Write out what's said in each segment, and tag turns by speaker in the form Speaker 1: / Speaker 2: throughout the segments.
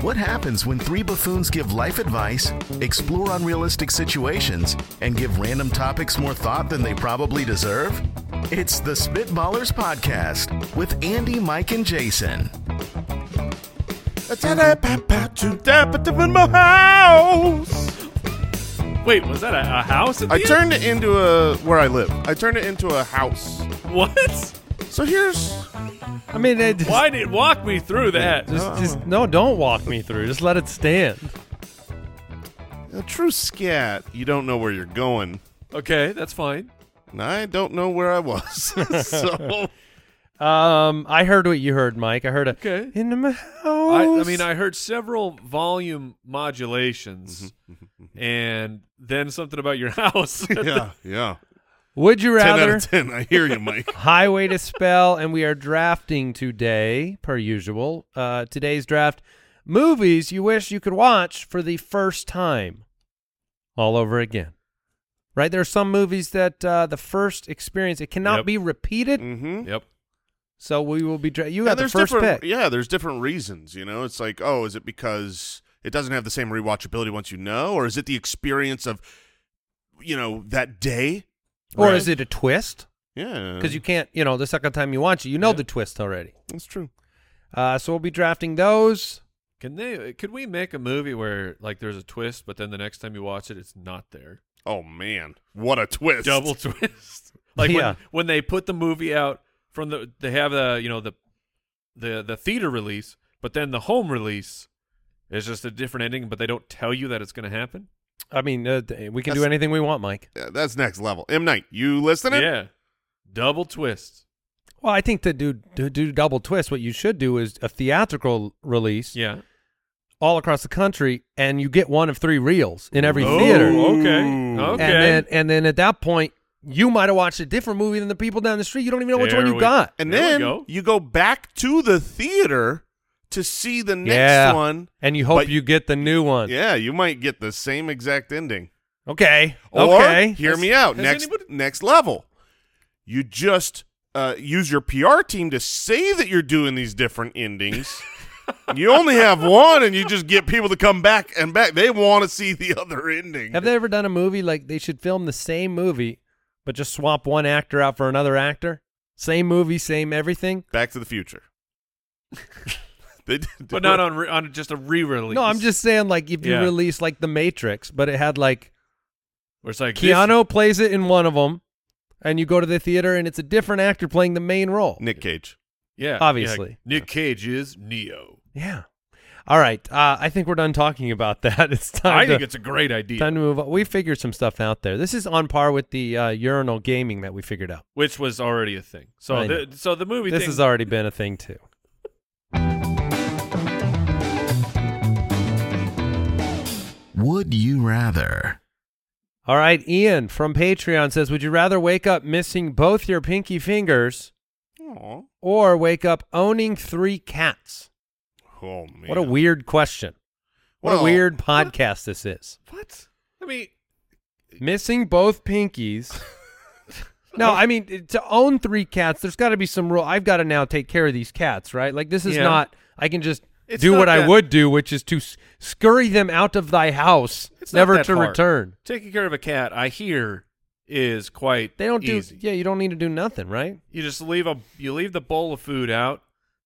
Speaker 1: What happens when three buffoons give life advice, explore unrealistic situations, and give random topics more thought than they probably deserve? It's the Spitballers Podcast with Andy, Mike, and Jason.
Speaker 2: Wait, was that a, a house? At the
Speaker 3: I
Speaker 2: end?
Speaker 3: turned it into a where I live. I turned it into a house.
Speaker 2: What?
Speaker 3: So here's
Speaker 4: I mean, it just,
Speaker 2: Why did walk me through that?
Speaker 4: Just, just no, don't walk me through. Just let it stand.
Speaker 3: a true scat. You don't know where you're going.
Speaker 2: Okay, that's fine.
Speaker 3: And I don't know where I was. so
Speaker 4: Um, I heard what you heard, Mike. I heard a
Speaker 2: Okay.
Speaker 4: in my house.
Speaker 2: I, I mean, I heard several volume modulations,
Speaker 3: Mm-hmm,
Speaker 2: and then something about your house.
Speaker 3: yeah, yeah.
Speaker 4: would you
Speaker 3: Ten out
Speaker 4: rather
Speaker 3: of ten. I hear you, Mike.
Speaker 4: highway to spell? And we are drafting today, per usual. Uh, today's draft: movies you wish you could watch for the first time, all over again. Right? There are some movies that uh, the first experience it cannot
Speaker 2: Yep.
Speaker 4: be repeated.
Speaker 3: Mm-hmm.
Speaker 2: yep.
Speaker 4: So we will be. Dra- you
Speaker 3: yeah,
Speaker 4: got the
Speaker 3: there's
Speaker 4: first
Speaker 3: different.
Speaker 4: pick.
Speaker 3: Yeah, there's different reasons. You know, it's like, oh, is it because it doesn't have the same rewatchability once you know, or is it the experience of, you know, that day?
Speaker 4: Or
Speaker 2: Right.
Speaker 4: is it a twist?
Speaker 3: Yeah,
Speaker 4: Because you can't, you know, the second time you watch it, you know the twist already.
Speaker 3: That's true.
Speaker 4: Uh, so we'll be drafting those.
Speaker 2: Can they? Could we make a movie where like there's a twist, but then the next time you watch it, it's not there?
Speaker 3: Oh man, what a twist!
Speaker 2: Double twist. Like
Speaker 4: Yeah.
Speaker 2: when, when they put the movie out from the they have the you know the the the theater release, but then the home release is just a different ending, but they don't tell you that it's going to happen.
Speaker 4: I mean, uh, th- we can do
Speaker 3: That's-
Speaker 4: anything we want, Mike.
Speaker 3: Yeah, that's next level. M Night, you listening?
Speaker 2: Yeah, double twist.
Speaker 4: Well, I think to do to do double twist, what you should do is a theatrical release
Speaker 2: Yeah.
Speaker 4: all across the country, and you get one of three reels in every
Speaker 2: Oh,
Speaker 4: theater.
Speaker 2: okay. Okay.
Speaker 4: And then, and then at that point, you might have watched a different movie than the people down the street. You don't even know which
Speaker 2: There
Speaker 4: one you
Speaker 2: we-
Speaker 4: got.
Speaker 3: And
Speaker 2: There we
Speaker 3: then
Speaker 2: go.
Speaker 3: you go back to the theater to see the next
Speaker 4: yeah.
Speaker 3: one.
Speaker 4: And you hope
Speaker 3: but-
Speaker 4: you get the new one.
Speaker 3: Yeah, you might get the same exact ending.
Speaker 4: Okay.
Speaker 3: Or,
Speaker 4: okay.
Speaker 3: hear
Speaker 2: Has-
Speaker 3: me out.
Speaker 2: has
Speaker 3: Next
Speaker 2: anybody-
Speaker 3: next level. You just uh, use your PR team to say that you're doing these different endings. you only have one, and you just get people to come back and back. They want to see the other ending.
Speaker 4: Have they ever done a movie like they should film the same movie, but just swap one actor out for another actor? Same movie, same everything.
Speaker 3: Back to the Future. they did
Speaker 2: but not on re- on just a re-release.
Speaker 4: No, I'm just saying like if you
Speaker 2: Yeah.
Speaker 4: release like The Matrix, but it had like
Speaker 2: Where it's like this-
Speaker 4: Keanu plays it in one of them, and you go to the theater and it's a different actor playing the main role.
Speaker 3: Nick Cage.
Speaker 2: yeah, yeah,
Speaker 4: obviously.
Speaker 2: Nick Cage is Neo.
Speaker 4: Yeah. All right. Uh, I think we're done talking about that. It's time.
Speaker 2: I
Speaker 4: to-
Speaker 2: think it's a great idea.
Speaker 4: Time to move on. We figured some stuff out there. This is on par with the uh, urinal gaming that we figured out.
Speaker 2: which was already a thing. So
Speaker 4: I know.
Speaker 2: the, so the movie
Speaker 4: This
Speaker 2: thing,
Speaker 4: has already been a thing too.
Speaker 1: Would you rather?
Speaker 4: All right, Ian from Patreon says, "Would you rather wake up missing both your pinky fingers
Speaker 3: Aw.
Speaker 4: or wake up owning three cats?"
Speaker 3: Oh man!
Speaker 4: What a weird question. What a
Speaker 3: Well,
Speaker 4: weird podcast this is.
Speaker 2: what? I mean,
Speaker 4: Missing both pinkies. no, I mean it- to own three cats, there's got to be some rule. I've got to now take care of these cats, right? Like this is
Speaker 2: Yeah.
Speaker 4: not I can just
Speaker 2: It's
Speaker 4: do
Speaker 2: not
Speaker 4: what I
Speaker 2: that-
Speaker 4: would do, which is to s- scurry them out of thy house,
Speaker 2: It's not
Speaker 4: never
Speaker 2: that
Speaker 4: to
Speaker 2: hard.
Speaker 4: return.
Speaker 2: taking care of a cat, I hear, is quite.
Speaker 4: They don't do
Speaker 2: easy.
Speaker 4: Yeah, you don't need to do nothing, right?
Speaker 2: You just leave a you leave the bowl of food out.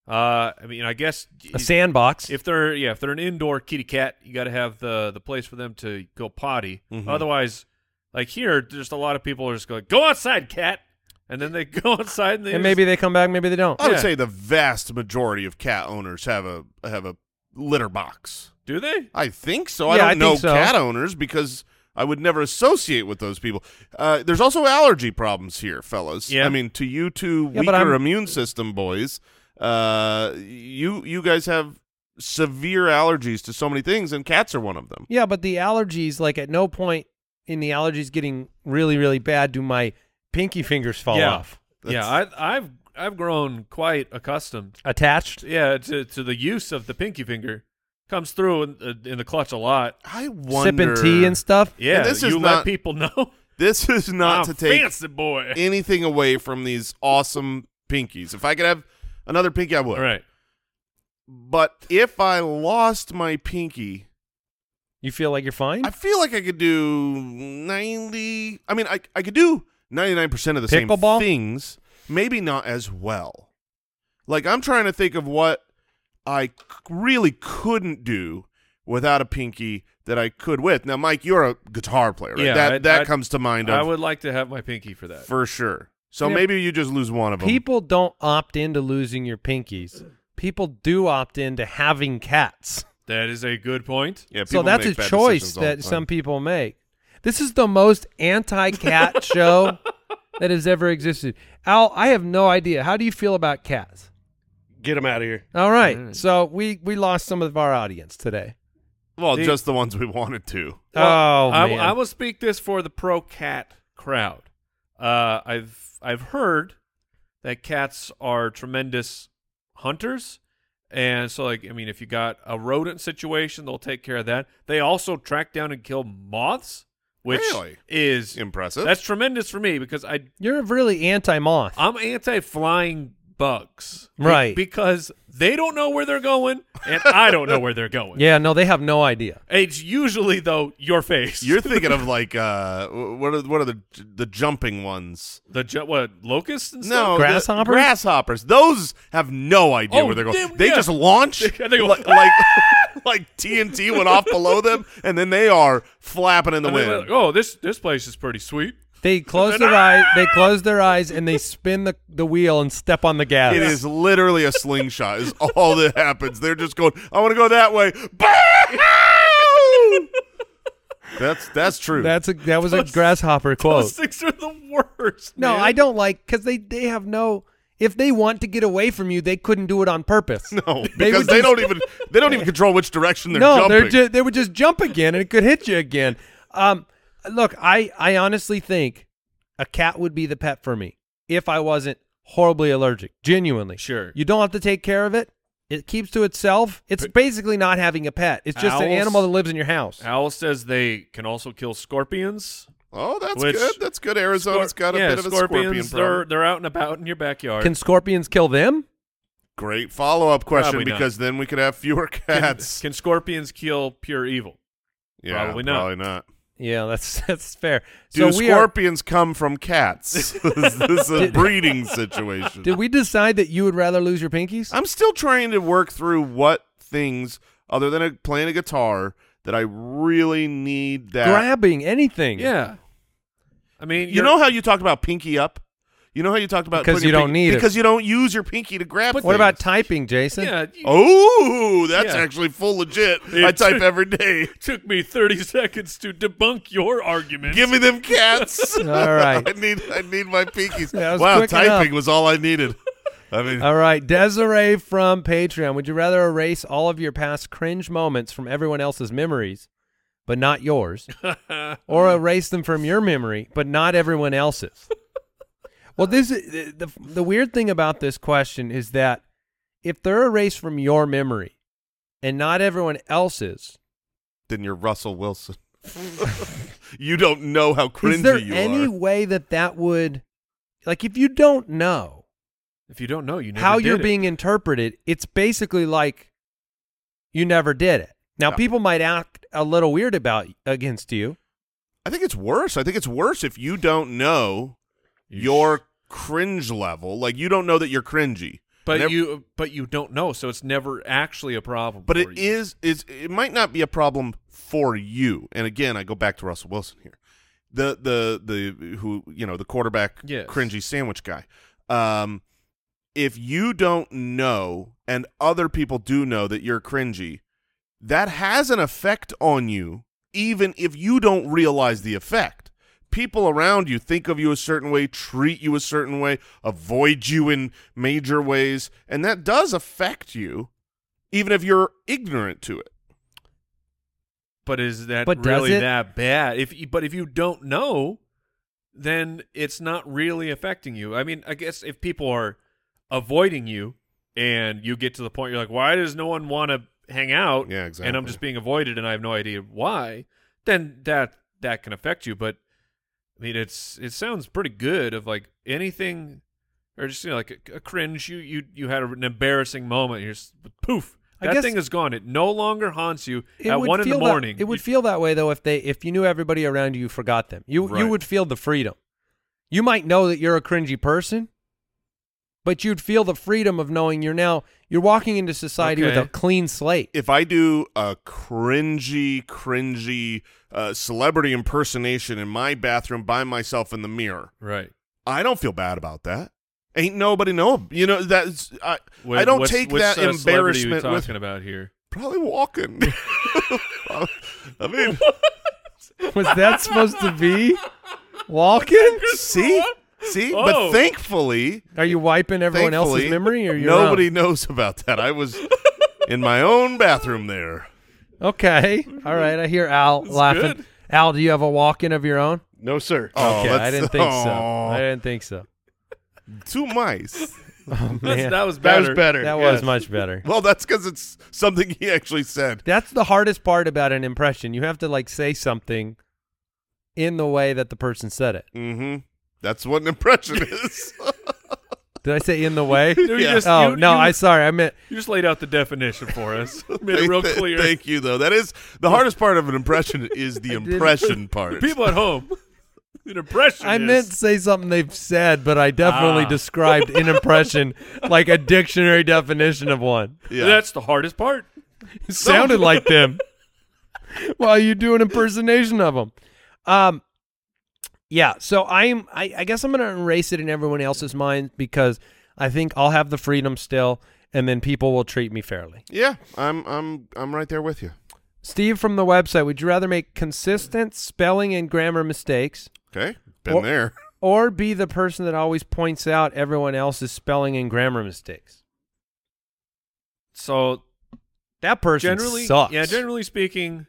Speaker 2: Uh, I mean, I guess
Speaker 4: A sandbox.
Speaker 2: if they're yeah if they're an indoor kitty cat, you got to have the the place for them to go potty.
Speaker 3: Mhm.
Speaker 2: Otherwise, like here, just a lot of people are just going go outside, cat, and then they go outside and they just-
Speaker 4: and maybe they come back, maybe they don't.
Speaker 3: I would
Speaker 2: Yeah.
Speaker 3: say the vast majority of cat owners have a have a litter box.
Speaker 2: do they
Speaker 3: I think so.
Speaker 4: Yeah,
Speaker 3: I
Speaker 4: I
Speaker 3: don't know
Speaker 4: think so.
Speaker 3: cat owners because I would never associate with those people. Uh, there's also allergy problems here, fellas.
Speaker 2: Yeah.
Speaker 3: I mean, to you two
Speaker 4: Yeah, but
Speaker 3: weaker
Speaker 4: I'm-
Speaker 3: immune system boys, uh, you you guys have severe allergies to so many things, and cats are one of them.
Speaker 4: Yeah, but the allergies, like at no point in the allergies getting really, really bad do my pinky fingers fall
Speaker 2: yeah.
Speaker 4: off.
Speaker 2: Yeah, I, I've I've grown quite accustomed.
Speaker 4: Attached?
Speaker 2: Yeah, to to the use of the pinky finger comes through in, uh, in the clutch a lot.
Speaker 3: I wonder.
Speaker 4: Sipping tea and stuff?
Speaker 2: Yeah,
Speaker 3: And this
Speaker 2: you
Speaker 3: is
Speaker 2: let
Speaker 3: not-
Speaker 2: people know.
Speaker 3: This is not
Speaker 4: Oh,
Speaker 2: I'm
Speaker 3: to take
Speaker 2: fancy boy.
Speaker 3: anything away from these awesome pinkies. If I could have another pinky, I would.
Speaker 2: All right.
Speaker 3: But if I lost my pinky,
Speaker 4: You feel like you're fine?
Speaker 3: I feel like I could do 90. I mean, I, I could do 99% of the
Speaker 4: Pickleball?
Speaker 3: same things, maybe not as well. Like, I'm trying to think of what I c- really couldn't do without a pinky that I could with. Now, Mike, you're a guitar player, right?
Speaker 2: Yeah,
Speaker 3: that
Speaker 2: I-
Speaker 3: that
Speaker 2: I-
Speaker 3: comes to mind
Speaker 2: I
Speaker 3: of,
Speaker 2: would like to have my pinky for that.
Speaker 3: for sure. So
Speaker 4: Yeah.
Speaker 3: maybe you just lose one of them.
Speaker 4: People don't opt into losing your pinkies. People do opt into having cats.
Speaker 2: That is a good point.
Speaker 3: yeah,
Speaker 4: so
Speaker 3: people
Speaker 4: that's a
Speaker 3: make bad
Speaker 4: choice
Speaker 3: decisions all the
Speaker 4: that
Speaker 3: time.
Speaker 4: some people make. This is the most anti-cat show that has ever existed. Al, I have no idea. How do you feel about cats?
Speaker 5: Get him out of here.
Speaker 4: All right. So we we lost some of our audience today.
Speaker 3: Well,
Speaker 2: Dude.
Speaker 3: just the ones we wanted to.
Speaker 4: oh,
Speaker 2: I,
Speaker 4: man.
Speaker 2: I will speak this for the pro cat crowd. Uh, I've I've heard that cats are tremendous hunters, and so like I mean, if you got a rodent situation, they'll take care of that. They also track down and kill moths, which
Speaker 3: Really?
Speaker 2: is
Speaker 3: Impressive.
Speaker 2: that's tremendous for me because I
Speaker 4: You're really anti-moth.
Speaker 2: I'm anti flying bugs, Be-
Speaker 4: Right.
Speaker 2: because they don't know where they're going, and I don't know where they're going.
Speaker 4: yeah, no, they have no idea.
Speaker 2: It's usually though your face.
Speaker 3: You're thinking of like uh, wh- what are what are the the jumping ones?
Speaker 2: the ju- what locusts and
Speaker 3: No,
Speaker 2: stuff.
Speaker 3: the-
Speaker 4: Grasshoppers?
Speaker 3: grasshoppers. Those have no idea
Speaker 2: Oh,
Speaker 3: where they're going.
Speaker 2: them,
Speaker 3: they
Speaker 2: yeah.
Speaker 3: just launch
Speaker 2: And they go,
Speaker 3: like like, like TNT went off below them, and then they are flapping in the
Speaker 2: And they're
Speaker 3: wind.
Speaker 2: like, oh, this this place is pretty sweet.
Speaker 4: They close their eyes. They close their eyes and they spin the, the wheel and step on the gas.
Speaker 3: It is literally a slingshot. Is all that happens. They're just going. I want to go that way. Boo! that's that's true.
Speaker 4: That's a that was a
Speaker 2: Those-
Speaker 4: grasshopper quote.
Speaker 2: Those things are the worst.
Speaker 4: no,
Speaker 2: man.
Speaker 4: I don't like because they they have no. If they want to get away from you, they couldn't do it on purpose.
Speaker 3: no,
Speaker 4: they
Speaker 3: because
Speaker 4: would
Speaker 3: they
Speaker 4: just-
Speaker 3: don't even they don't even control which direction they're
Speaker 4: no,
Speaker 3: jumping.
Speaker 4: they're ju- they would just jump again and it could hit you again. Um, look, I I honestly think a cat would be the pet for me if I wasn't horribly allergic. Genuinely,
Speaker 2: Sure.
Speaker 4: You don't have to take care of it. It keeps to itself. It's basically not having a pet. It's just an
Speaker 2: Owls-
Speaker 4: animal that lives in your house.
Speaker 2: Owl says they can also kill scorpions.
Speaker 3: Oh, that's
Speaker 2: Which-
Speaker 3: good. That's good. Arizona's
Speaker 2: Scor-
Speaker 3: got a
Speaker 2: yeah,
Speaker 3: bit of a scorpion
Speaker 2: scorpions, They're
Speaker 3: problem.
Speaker 2: they're out and about in your backyard.
Speaker 4: Can scorpions kill them?
Speaker 3: Great follow up question
Speaker 2: Probably not.
Speaker 3: because then we could have fewer cats.
Speaker 2: can scorpions kill pure evil?
Speaker 3: yeah,
Speaker 2: probably not.
Speaker 3: Probably not.
Speaker 4: Yeah, that's that's fair.
Speaker 3: Do
Speaker 4: so we are-
Speaker 3: scorpions come from cats? this is a breeding situation.
Speaker 4: Did we decide that you would rather lose your pinkies?
Speaker 3: I'm still trying to work through what things, other than a, playing a guitar, that I really need that.
Speaker 4: Grabbing anything?
Speaker 2: Yeah. I mean,
Speaker 3: you know how you talked about pinky up? You know how you talked about
Speaker 4: Because
Speaker 3: putting
Speaker 4: you
Speaker 3: your
Speaker 4: don't
Speaker 3: pinky-
Speaker 4: need it.
Speaker 3: because you don't use your pinky to grab.
Speaker 4: What about
Speaker 3: things.
Speaker 4: typing, Jason?
Speaker 2: Yeah, you-
Speaker 3: Oh, that's
Speaker 2: Yeah.
Speaker 3: actually full legit.
Speaker 2: It
Speaker 3: I type
Speaker 2: took-
Speaker 3: every day.
Speaker 2: took me 30 seconds to debunk your argument.
Speaker 3: Give me them cats.
Speaker 4: All right.
Speaker 3: I need I need my pinkies.
Speaker 4: That was
Speaker 3: wow,
Speaker 4: quick
Speaker 3: typing
Speaker 4: enough. Uh,
Speaker 3: was all I needed. I mean,
Speaker 4: All right, Desiree from Patreon. Would you rather erase all of your past cringe moments from everyone else's memories, but not yours, or erase them from your memory, but not everyone else's? Well, this is, the, the the weird thing about this question is that if they're erased from your memory and not everyone else's,
Speaker 3: then you're Russell Wilson. you don't know how cringy
Speaker 4: is there
Speaker 3: you
Speaker 4: any
Speaker 3: are.
Speaker 4: way that that would, like, if you don't know
Speaker 2: If you don't know, you never
Speaker 4: how
Speaker 2: did
Speaker 4: you're
Speaker 2: it.
Speaker 4: being interpreted, it's basically like you never did it. Now
Speaker 3: Yeah.
Speaker 4: people might act a little weird about against you.
Speaker 3: I think it's worse. I think it's worse if you don't know your cringe level. Like you don't know that you're cringy.
Speaker 2: But
Speaker 3: Never-
Speaker 2: you but you don't know, so it's never actually a problem.
Speaker 3: But
Speaker 2: for
Speaker 3: it
Speaker 2: you.
Speaker 3: is is it might not be a problem for you. And again, I go back to Russell Wilson here. The the the who you know the quarterback
Speaker 2: Yes.
Speaker 3: cringy sandwich guy. Um, if you don't know and other people do know that you're cringy, that has an effect on you even if you don't realize the effect. People around you think of you a certain way, treat you a certain way, avoid you in major ways, and that does affect you, even if you're ignorant to it.
Speaker 2: But is that
Speaker 4: But does
Speaker 2: really
Speaker 4: it?
Speaker 2: that bad? If you- but if you don't know, then it's not really affecting you. I mean, I guess if people are avoiding you and you get to the point you're like, why does no one want to hang out?
Speaker 3: Yeah,
Speaker 2: And
Speaker 3: exactly.
Speaker 2: I'm just being avoided and I have no idea why. Then that that can affect you. But I mean, it's it sounds pretty good. Of like anything, or just you know, like a, a cringe. You you you had an embarrassing moment. You're just, poof.
Speaker 4: I
Speaker 2: That
Speaker 4: guess-
Speaker 2: thing is gone. It no longer haunts you
Speaker 4: It
Speaker 2: at
Speaker 4: would
Speaker 2: one in the
Speaker 4: feel that-
Speaker 2: morning.
Speaker 4: it would
Speaker 2: you-
Speaker 4: feel that way though if they if you knew everybody around you forgot them. You
Speaker 3: Right.
Speaker 4: you would feel the freedom. You might know that you're a cringy person, but you'd feel the freedom of knowing you're now you're walking into society with
Speaker 2: Okay.
Speaker 4: a clean slate.
Speaker 3: if I do a cringy, cringy uh, celebrity impersonation in my bathroom by myself in the mirror,
Speaker 2: right.
Speaker 3: I don't feel bad about that. Ain't nobody know. You know that's I.
Speaker 2: Wh-
Speaker 3: I don't
Speaker 2: what's-
Speaker 3: take
Speaker 2: which,
Speaker 3: that
Speaker 2: uh, celebrity are you
Speaker 3: embarrassment with
Speaker 2: talking about here.
Speaker 3: probably walking. I mean,
Speaker 4: Was that supposed to be walking?
Speaker 3: see, see,
Speaker 2: Oh.
Speaker 3: but thankfully,
Speaker 4: Are you wiping everyone
Speaker 3: thankfully,
Speaker 4: else's memory or your
Speaker 3: nobody
Speaker 4: own?
Speaker 3: knows about that. I was in my own bathroom there.
Speaker 4: Okay. All right. I hear Al laughing.
Speaker 2: good.
Speaker 4: Al, do you have a walk-in of your own?
Speaker 5: No, sir.
Speaker 3: Oh,
Speaker 4: okay, I
Speaker 3: that's-
Speaker 4: didn't think so.
Speaker 3: Aw,
Speaker 4: I didn't think so.
Speaker 3: Too mice.
Speaker 4: Oh,
Speaker 2: That's,
Speaker 4: man.
Speaker 2: that was
Speaker 5: that
Speaker 2: better.
Speaker 5: was better.
Speaker 4: That
Speaker 5: yes.
Speaker 4: was much better.
Speaker 3: Well, that's because it's something he actually said.
Speaker 4: That's the hardest part about an impression. You have to like say something in the way that the person said it.
Speaker 3: Mm-hmm. That's what an impression is.
Speaker 4: Did I say in the way?
Speaker 2: Dude, you just-
Speaker 4: oh
Speaker 2: you-
Speaker 4: no,
Speaker 2: you-
Speaker 4: I sorry. I meant
Speaker 2: You just laid out the definition for us. Made it real
Speaker 3: Thank-
Speaker 2: clear.
Speaker 3: Thank you, though. That is the hardest part of an impression is the
Speaker 4: didn't-
Speaker 3: impression part.
Speaker 2: People at home, an impression.
Speaker 4: I
Speaker 2: is-
Speaker 4: meant say something they've said, but I definitely
Speaker 2: Ah.
Speaker 4: described an impression like a dictionary definition of one.
Speaker 3: yeah.
Speaker 2: That's the hardest part.
Speaker 4: It sounded like them while you do an impersonation of them. Um, yeah. So I'm. I, I guess I'm gonna erase it in everyone else's mind because I think I'll have the freedom still, and then people will treat me fairly.
Speaker 3: yeah. I'm I'm I'm right there with you.
Speaker 4: Steve from the website, would you rather make consistent spelling and grammar mistakes
Speaker 3: Okay, been
Speaker 4: Or-
Speaker 3: there.
Speaker 4: or be the person that always points out everyone else's spelling and grammar mistakes?
Speaker 2: So
Speaker 4: That person
Speaker 2: generally,
Speaker 4: sucks.
Speaker 2: yeah. Generally speaking,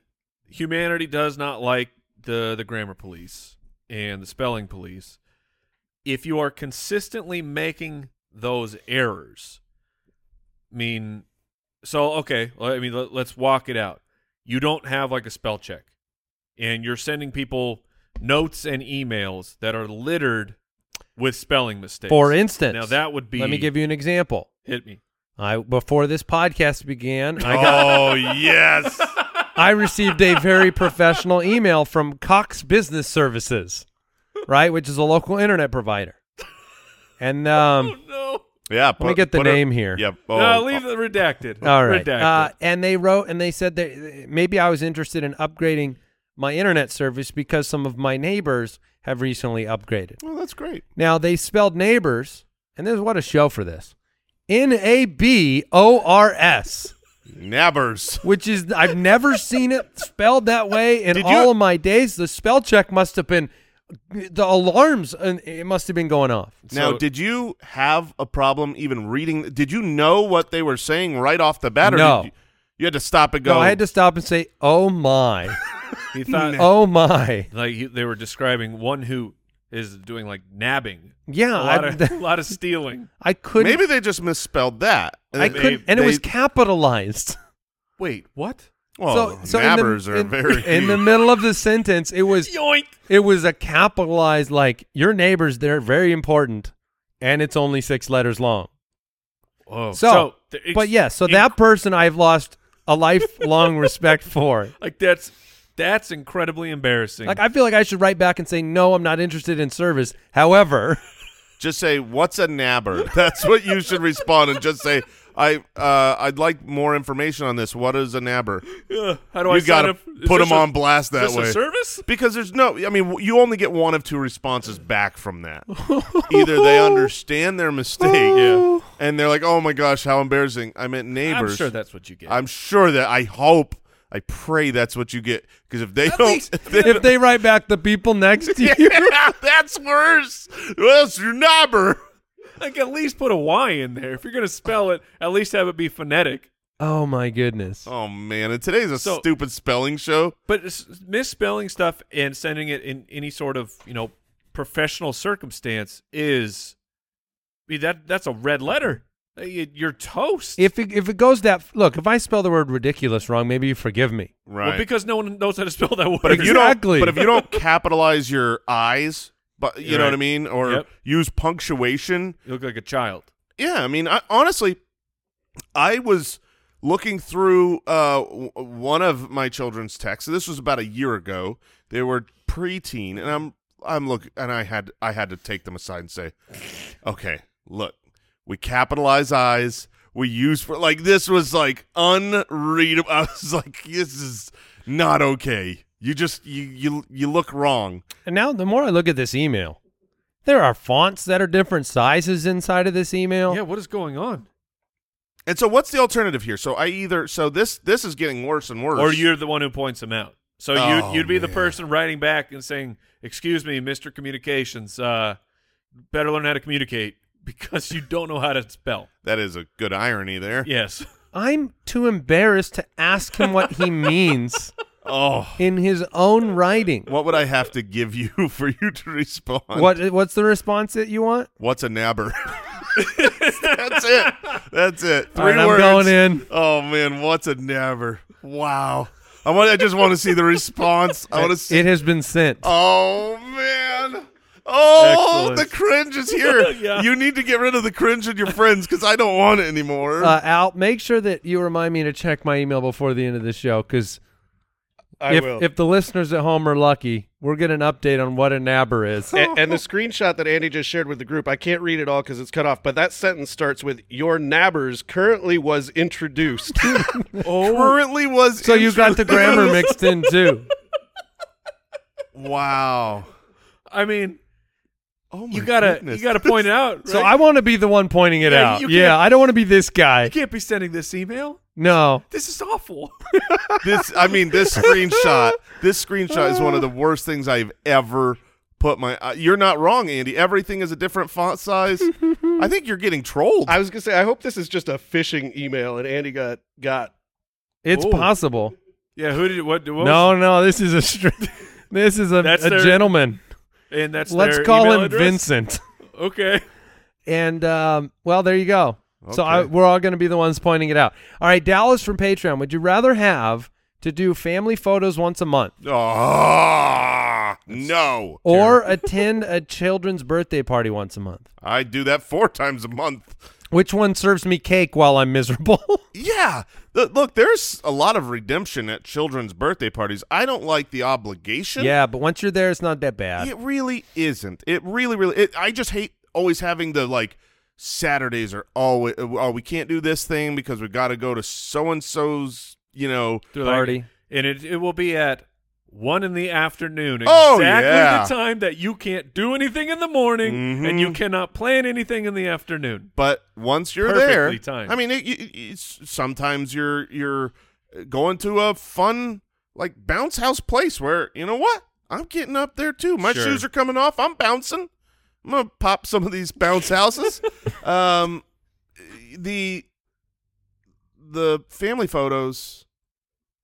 Speaker 2: humanity does not like the the grammar police and the spelling police. If you are consistently making those errors, I mean, so okay. well, I mean, let, let's walk it out. You don't have like a spell check, and you're sending people notes and emails that are littered with spelling mistakes.
Speaker 4: For instance,
Speaker 2: now that would be.
Speaker 4: let me give you an example.
Speaker 2: hit me.
Speaker 4: I before this podcast began, I got
Speaker 3: Oh yes.
Speaker 4: I received a very professional email from Cox Business Services, right, which is a local internet provider. And um,
Speaker 2: No,
Speaker 3: Yeah. Put,
Speaker 4: me get the
Speaker 3: put her- Oh,
Speaker 4: name here.
Speaker 3: Yeah.
Speaker 2: no, leave it redacted.
Speaker 4: all right,
Speaker 2: redacted.
Speaker 4: uh, and they wrote and they said that uh, maybe I was interested in upgrading my internet service because some of my neighbors have recently upgraded.
Speaker 3: Well, that's great.
Speaker 4: Now they spelled neighbors, and there's what a show for this. N A B O R S,
Speaker 3: Nabbers.
Speaker 4: which is I've never seen it spelled that way in
Speaker 3: Did you-
Speaker 4: all of my days. The spell check must have been the alarms, and it must have been going off.
Speaker 3: now,
Speaker 2: So-
Speaker 3: did you have a problem even reading? Did you know what they were saying right off the bat? Or
Speaker 4: No.
Speaker 3: did You, you had to stop and go.
Speaker 4: No, I had to stop and say, "Oh my,
Speaker 2: He thought
Speaker 4: oh my."
Speaker 2: like he, they were describing one who is doing like nabbing, a
Speaker 4: Yeah,
Speaker 2: lot,
Speaker 4: I,
Speaker 2: of, a lot of stealing.
Speaker 4: I couldn't.
Speaker 3: Maybe they just misspelled that.
Speaker 4: I
Speaker 3: They-
Speaker 4: couldn't, and it was
Speaker 3: they-
Speaker 4: capitalized.
Speaker 2: Wait, what?
Speaker 3: Well,
Speaker 4: so, so in the-
Speaker 3: nabbers are
Speaker 4: in-
Speaker 3: very
Speaker 4: in the middle of the sentence. It was
Speaker 2: Yoink!
Speaker 4: It was a capitalized like your neighbors. They're very important, and it's only six letters long.
Speaker 2: Oh,
Speaker 4: So,
Speaker 2: the ex-
Speaker 4: but yeah, so
Speaker 2: inc-
Speaker 4: that person I've lost a lifelong respect for.
Speaker 2: like that's that's incredibly embarrassing.
Speaker 4: Like I feel like I should write back and say no, I'm not interested in service. However,
Speaker 3: Just say, "What's a nabber?" That's what you should respond, and just say, "I, uh, I'd like more information on this. What is a nabber?"
Speaker 2: Ugh, how do I
Speaker 3: You
Speaker 2: sign
Speaker 3: gotta
Speaker 2: up? Is
Speaker 3: put
Speaker 2: this
Speaker 3: them
Speaker 2: a-
Speaker 3: on blast that
Speaker 2: is this
Speaker 3: way,
Speaker 2: A service?
Speaker 3: because there's no. I mean, you only get one of two responses back from that. Either they understand their mistake,
Speaker 2: Yeah.
Speaker 3: "Oh and they're like, "Oh my gosh, how embarrassing! I meant neighbors."
Speaker 2: I'm sure that's what you get.
Speaker 3: I'm sure that. I hope. I pray that's what you get because if they
Speaker 4: At
Speaker 3: don't,
Speaker 4: least if they write back the people next to you.
Speaker 3: yeah, that's worse. That's your neighbor.
Speaker 2: Like at least put a Y in there. If you're gonna spell it, at least have it be phonetic.
Speaker 4: Oh my goodness.
Speaker 3: Oh man, and today's a
Speaker 2: So-
Speaker 3: stupid spelling show.
Speaker 2: But s- misspelling stuff and sending it in any sort of you know professional circumstance is I mean, that that's a red letter. Uh, you- You're toast.
Speaker 4: If it, if it goes that look, if I spell the word ridiculous wrong, maybe you forgive me.
Speaker 3: Right.
Speaker 2: Well, because no one knows how to spell that word.
Speaker 3: But if
Speaker 4: Exactly.
Speaker 3: you don't, but if you don't capitalize your eyes, but you
Speaker 2: You're
Speaker 3: know
Speaker 2: right.
Speaker 3: what I mean, or
Speaker 2: Yep.
Speaker 3: use punctuation.
Speaker 2: you look like a child.
Speaker 3: Yeah, I mean, I, honestly, I was looking through uh, w- one of my children's texts. This was about a year ago. They were preteen, and I'm I'm look, and I had I had to take them aside and say, okay, look, we capitalize eyes. We use for like this was like unreadable. I was like, this is not okay. You just you you you look wrong.
Speaker 4: And now the more I look at this email, there are fonts that are different sizes inside of this email.
Speaker 2: Yeah, what is going on?
Speaker 3: And so, what's the alternative here? So I either so this this is getting worse and worse.
Speaker 2: Or you're the one who points them out. So
Speaker 3: Oh,
Speaker 2: you'd, you'd be
Speaker 3: man.
Speaker 2: the person writing back and saying, "Excuse me, Mister Communications, uh, better learn how to communicate because you don't know how to spell."
Speaker 3: That is a good irony there.
Speaker 2: Yes.
Speaker 4: I'm too embarrassed to ask him what he means
Speaker 3: Oh,
Speaker 4: in his own writing.
Speaker 3: what would I have to give you for you to respond?
Speaker 4: What what's the response that you want?
Speaker 3: What's a nabber? That's it. That's it. Three
Speaker 4: All right, I'm
Speaker 3: words.
Speaker 4: going in.
Speaker 3: Oh man, what's a nabber? Wow. I want. I just want to see the response. I want to see.
Speaker 4: It has been sent.
Speaker 3: oh man. Oh,
Speaker 2: Excellent.
Speaker 3: the cringe is here.
Speaker 2: Yeah.
Speaker 3: You need to get rid of the cringe in your friends because I don't want it anymore.
Speaker 4: Uh, Al, make sure that you remind me to check my email before the end of the show because
Speaker 5: I
Speaker 4: if,
Speaker 5: will.
Speaker 4: if the listeners at home are lucky, we're getting an update on what a nabber is.
Speaker 5: A- and, the screenshot that Andy just shared with the group, I can't read it all because it's cut off. But that sentence starts with "Your nabbers currently was introduced."
Speaker 3: Currently was
Speaker 4: So you got the
Speaker 3: intro-
Speaker 4: grammar mixed in too.
Speaker 3: Wow.
Speaker 2: I mean,
Speaker 3: Oh my
Speaker 2: you gotta
Speaker 3: goodness.
Speaker 2: you gotta point it out.
Speaker 4: So
Speaker 2: right?
Speaker 4: I want to be the one pointing it
Speaker 2: Yeah,
Speaker 4: out.
Speaker 2: you
Speaker 4: Yeah,
Speaker 2: can't-
Speaker 4: I don't want to be this guy.
Speaker 2: you can't be sending this email.
Speaker 4: No.
Speaker 2: This is awful.
Speaker 3: this I mean this screenshot this screenshot is one of the worst things I've ever put my uh, you're not wrong Andy everything is a different font size I think you're getting trolled
Speaker 5: I was gonna say, I hope this is just a phishing email, and Andy got got.
Speaker 4: It's
Speaker 2: Ooh.
Speaker 4: possible.
Speaker 2: yeah. Who did what? what
Speaker 4: No, no, this is a str- this is a,
Speaker 2: That's
Speaker 4: a
Speaker 2: their-
Speaker 4: gentleman.
Speaker 2: was- and that's
Speaker 4: Let's
Speaker 2: their
Speaker 4: call
Speaker 2: email
Speaker 4: him
Speaker 2: address?
Speaker 4: Vincent.
Speaker 2: Okay.
Speaker 4: And um, well, there you go. So I,
Speaker 3: Okay.
Speaker 4: we're all going to be the ones pointing it out. All right, Dallas from Patreon. Would you rather have to do family photos once a month
Speaker 3: Ah, no
Speaker 4: or attend a children's birthday party once a month?
Speaker 3: I do that four times a month
Speaker 4: Which one serves me cake while I'm miserable?
Speaker 3: yeah Th- look there's a lot of redemption at children's birthday parties I don't like the obligation
Speaker 4: yeah, but once you're there, it's not that bad.
Speaker 3: It really isn't. It really, really. It, I just hate always having the like Saturdays are always. Oh, we can't do this thing because we got to go to so and so's. You know.
Speaker 2: They're like-
Speaker 4: Party.
Speaker 2: and it it will be at one in the afternoon.
Speaker 3: Oh,
Speaker 2: exactly
Speaker 3: yeah.
Speaker 2: the time that you can't do anything in the morning
Speaker 3: Mhm.
Speaker 2: and
Speaker 4: Mm-hmm.
Speaker 2: you cannot plan anything in the afternoon.
Speaker 3: But once you're there,
Speaker 2: Perfectly timed.
Speaker 3: I mean, it, it, it's, sometimes you're you're going to a fun like bounce house place where you know what I'm getting up there too. My
Speaker 2: Sure.
Speaker 3: shoes are coming off. I'm bouncing. I'm gonna pop some of these bounce houses. um, the the family photos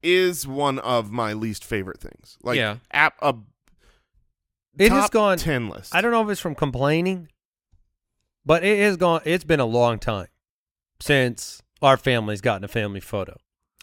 Speaker 3: is one of my least favorite things. Like
Speaker 2: Yeah.
Speaker 3: app a
Speaker 4: It
Speaker 3: top
Speaker 4: has gone.
Speaker 3: ten list.
Speaker 4: I don't know if it's from complaining, but it has gone. It's been a long time since our family's gotten a family photo.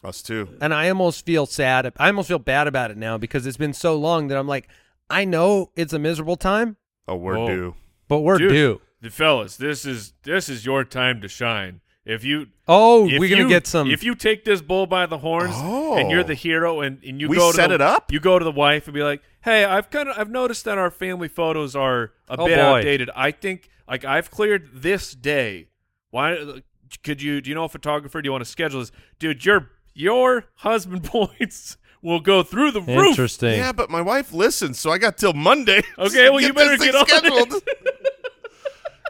Speaker 3: us too.
Speaker 4: and I almost feel sad. I almost feel bad about it now because it's been so long that I'm like, I know it's a miserable time,
Speaker 3: Oh, we're
Speaker 2: Whoa.
Speaker 3: due.
Speaker 4: but we're
Speaker 2: Dude.
Speaker 4: due.
Speaker 2: The fellas, this is this is your time to shine. If you
Speaker 4: Oh,
Speaker 2: if
Speaker 4: we're gonna
Speaker 2: you-
Speaker 4: get some.
Speaker 2: If you take this bull by the horns
Speaker 3: Oh.
Speaker 2: and you're the hero, and, and you
Speaker 3: We
Speaker 2: go to
Speaker 3: set
Speaker 2: the-
Speaker 3: it up?
Speaker 2: you go to the wife and be like, "Hey, I've kind of I've noticed that our family photos are a
Speaker 4: Oh,
Speaker 2: bit
Speaker 4: boy.
Speaker 2: outdated. I think like I've cleared this day. Why could you? Do you know a photographer? Do you want to schedule this, dude? Your your husband points will go through the roof.
Speaker 4: Interesting.
Speaker 3: Yeah, but my wife listens, so I got till Monday. to
Speaker 2: Okay, well, you
Speaker 3: this
Speaker 2: better
Speaker 3: thing
Speaker 2: get on it.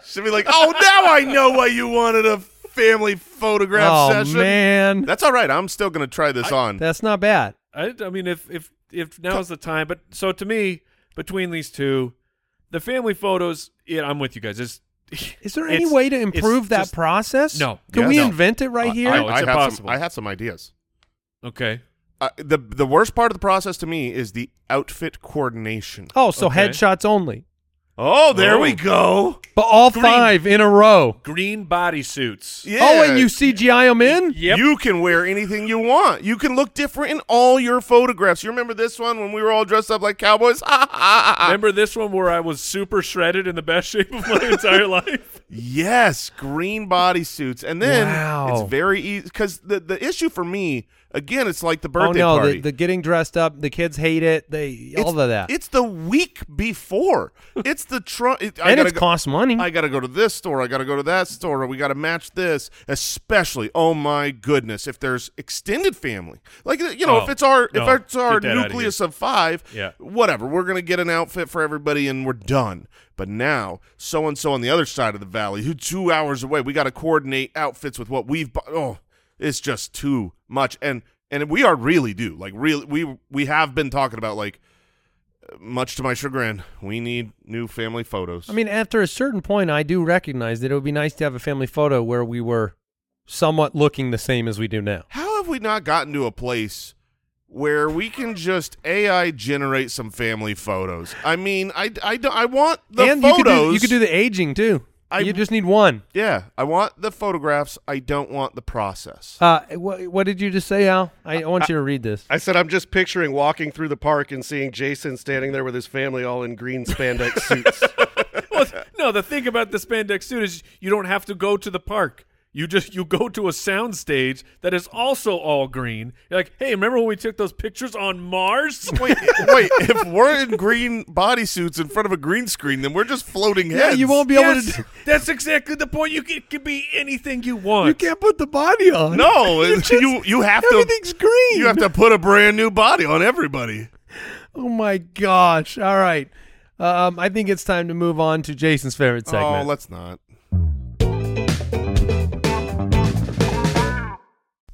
Speaker 3: She'll be like, "Oh, now I know why you wanted a family photograph
Speaker 4: Oh
Speaker 3: session.
Speaker 4: man,
Speaker 3: That's all right. I'm still going to try this on.
Speaker 4: that's not bad.
Speaker 2: I, I mean, if if if now's the time, but so to me, between these two, the family photos, it, I'm with you guys. It's
Speaker 4: Is there
Speaker 2: it's-
Speaker 4: any way to
Speaker 2: it's
Speaker 4: improve that
Speaker 2: just-
Speaker 4: process?
Speaker 2: No.
Speaker 4: Can
Speaker 3: Yeah,
Speaker 4: we
Speaker 3: no.
Speaker 4: invent it right
Speaker 3: I-
Speaker 4: here?
Speaker 3: I,
Speaker 2: No, it's
Speaker 3: I have
Speaker 2: impossible.
Speaker 3: Some, I have some ideas.
Speaker 2: Okay,
Speaker 3: Uh, the the worst part of the process to me is the outfit coordination.
Speaker 4: oh, so
Speaker 2: Okay.
Speaker 4: headshots only.
Speaker 3: Oh, there
Speaker 2: Oh.
Speaker 3: we go.
Speaker 4: But all
Speaker 2: Green.
Speaker 4: five in a row.
Speaker 2: green bodysuits.
Speaker 3: Yeah.
Speaker 4: Oh, and you CGI them in? Oh,
Speaker 2: Yep.
Speaker 3: You can wear anything you want. You can look different in all your photographs. You remember this one when we were all dressed up like cowboys?
Speaker 2: Remember this one where I was super shredded in the best shape of my entire life?
Speaker 3: Yes, green bodysuits. And then
Speaker 4: Wow.
Speaker 3: it's very easy because the, the issue for me, again, it's like the
Speaker 4: Oh
Speaker 3: birthday
Speaker 4: no,
Speaker 3: party.
Speaker 4: the, the getting dressed up, the kids hate it. They
Speaker 3: it's,
Speaker 4: all of that,
Speaker 3: It's the week before. it's the trunk. It, I
Speaker 4: and
Speaker 3: gotta
Speaker 4: it
Speaker 3: go-
Speaker 4: costs money.
Speaker 3: I got to go to this store. I got to go to that store. We got to match this, especially. Oh my goodness! If there's extended family, like you know,
Speaker 2: Oh,
Speaker 3: if it's our
Speaker 2: no,
Speaker 3: if it's our
Speaker 2: get that outta
Speaker 3: nucleus of, five,
Speaker 2: Yeah.
Speaker 3: whatever. We're gonna get an outfit for everybody, and we're done. But now, so and so on the other side of the valley, who two hours away, we got to coordinate outfits with what we've. Bu- oh, it's just too much, and and we are really due. Like really, we we have been talking about like. Much to my chagrin, we need new family photos.
Speaker 4: I mean, after a certain point, I do recognize that it would be nice to have a family photo where we were somewhat looking the same as we do now.
Speaker 3: How have we not gotten to a place where we can just AI generate some family photos? I mean, I, I, don't- I want the
Speaker 4: and
Speaker 3: photos.
Speaker 4: you could do you could do the aging too.
Speaker 3: I-
Speaker 4: you just need one.
Speaker 3: yeah, I want the photographs. I don't want the process.
Speaker 4: Uh, what, what did you just say, Al? I, I want you to read this.
Speaker 5: I said, I'm just picturing walking through the park and seeing Jason standing there with his family all in green spandex suits.
Speaker 2: well, no, the thing about the spandex suit is you don't have to go to the park. You just you go to a soundstage that is also all green. You're like, hey, remember when we took those pictures on Mars?
Speaker 3: Wait, wait! If we're in green bodysuits in front of a green screen, then we're just floating heads.
Speaker 4: Yeah, you won't be able
Speaker 2: Yes,
Speaker 4: to.
Speaker 2: that's exactly the point. You can, it can be anything you want.
Speaker 4: You can't put the body on.
Speaker 3: No, you you have
Speaker 4: everything's
Speaker 3: to.
Speaker 4: green.
Speaker 3: You have to put a brand new body on everybody.
Speaker 4: Oh my gosh! All right, um, I think it's time to move on to Jason's favorite segment.
Speaker 3: Oh, let's not.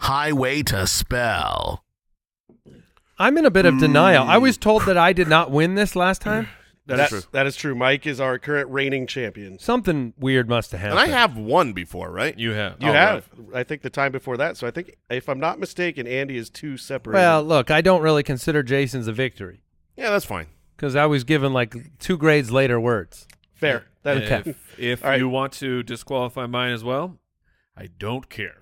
Speaker 1: Highway to spell.
Speaker 4: I'm in a bit of denial. I
Speaker 3: Mm.
Speaker 4: was told that I did not win this last time.
Speaker 5: That- That is true. Mike is our current reigning champion.
Speaker 4: Something weird must have
Speaker 3: And
Speaker 4: happened.
Speaker 3: I have one before, right?
Speaker 2: You have. Oh,
Speaker 4: Oh,
Speaker 5: You
Speaker 3: All
Speaker 5: have, I think, the time before that. So I think, if I'm not mistaken, Andy is two separate.
Speaker 4: Well, look, I don't really consider Jason's a victory
Speaker 3: Yeah, that's fine.
Speaker 4: because I was given like two grades later words.
Speaker 5: fair. That is
Speaker 4: Okay.
Speaker 2: If, if
Speaker 5: All right.
Speaker 2: you want to disqualify mine as well, I don't care.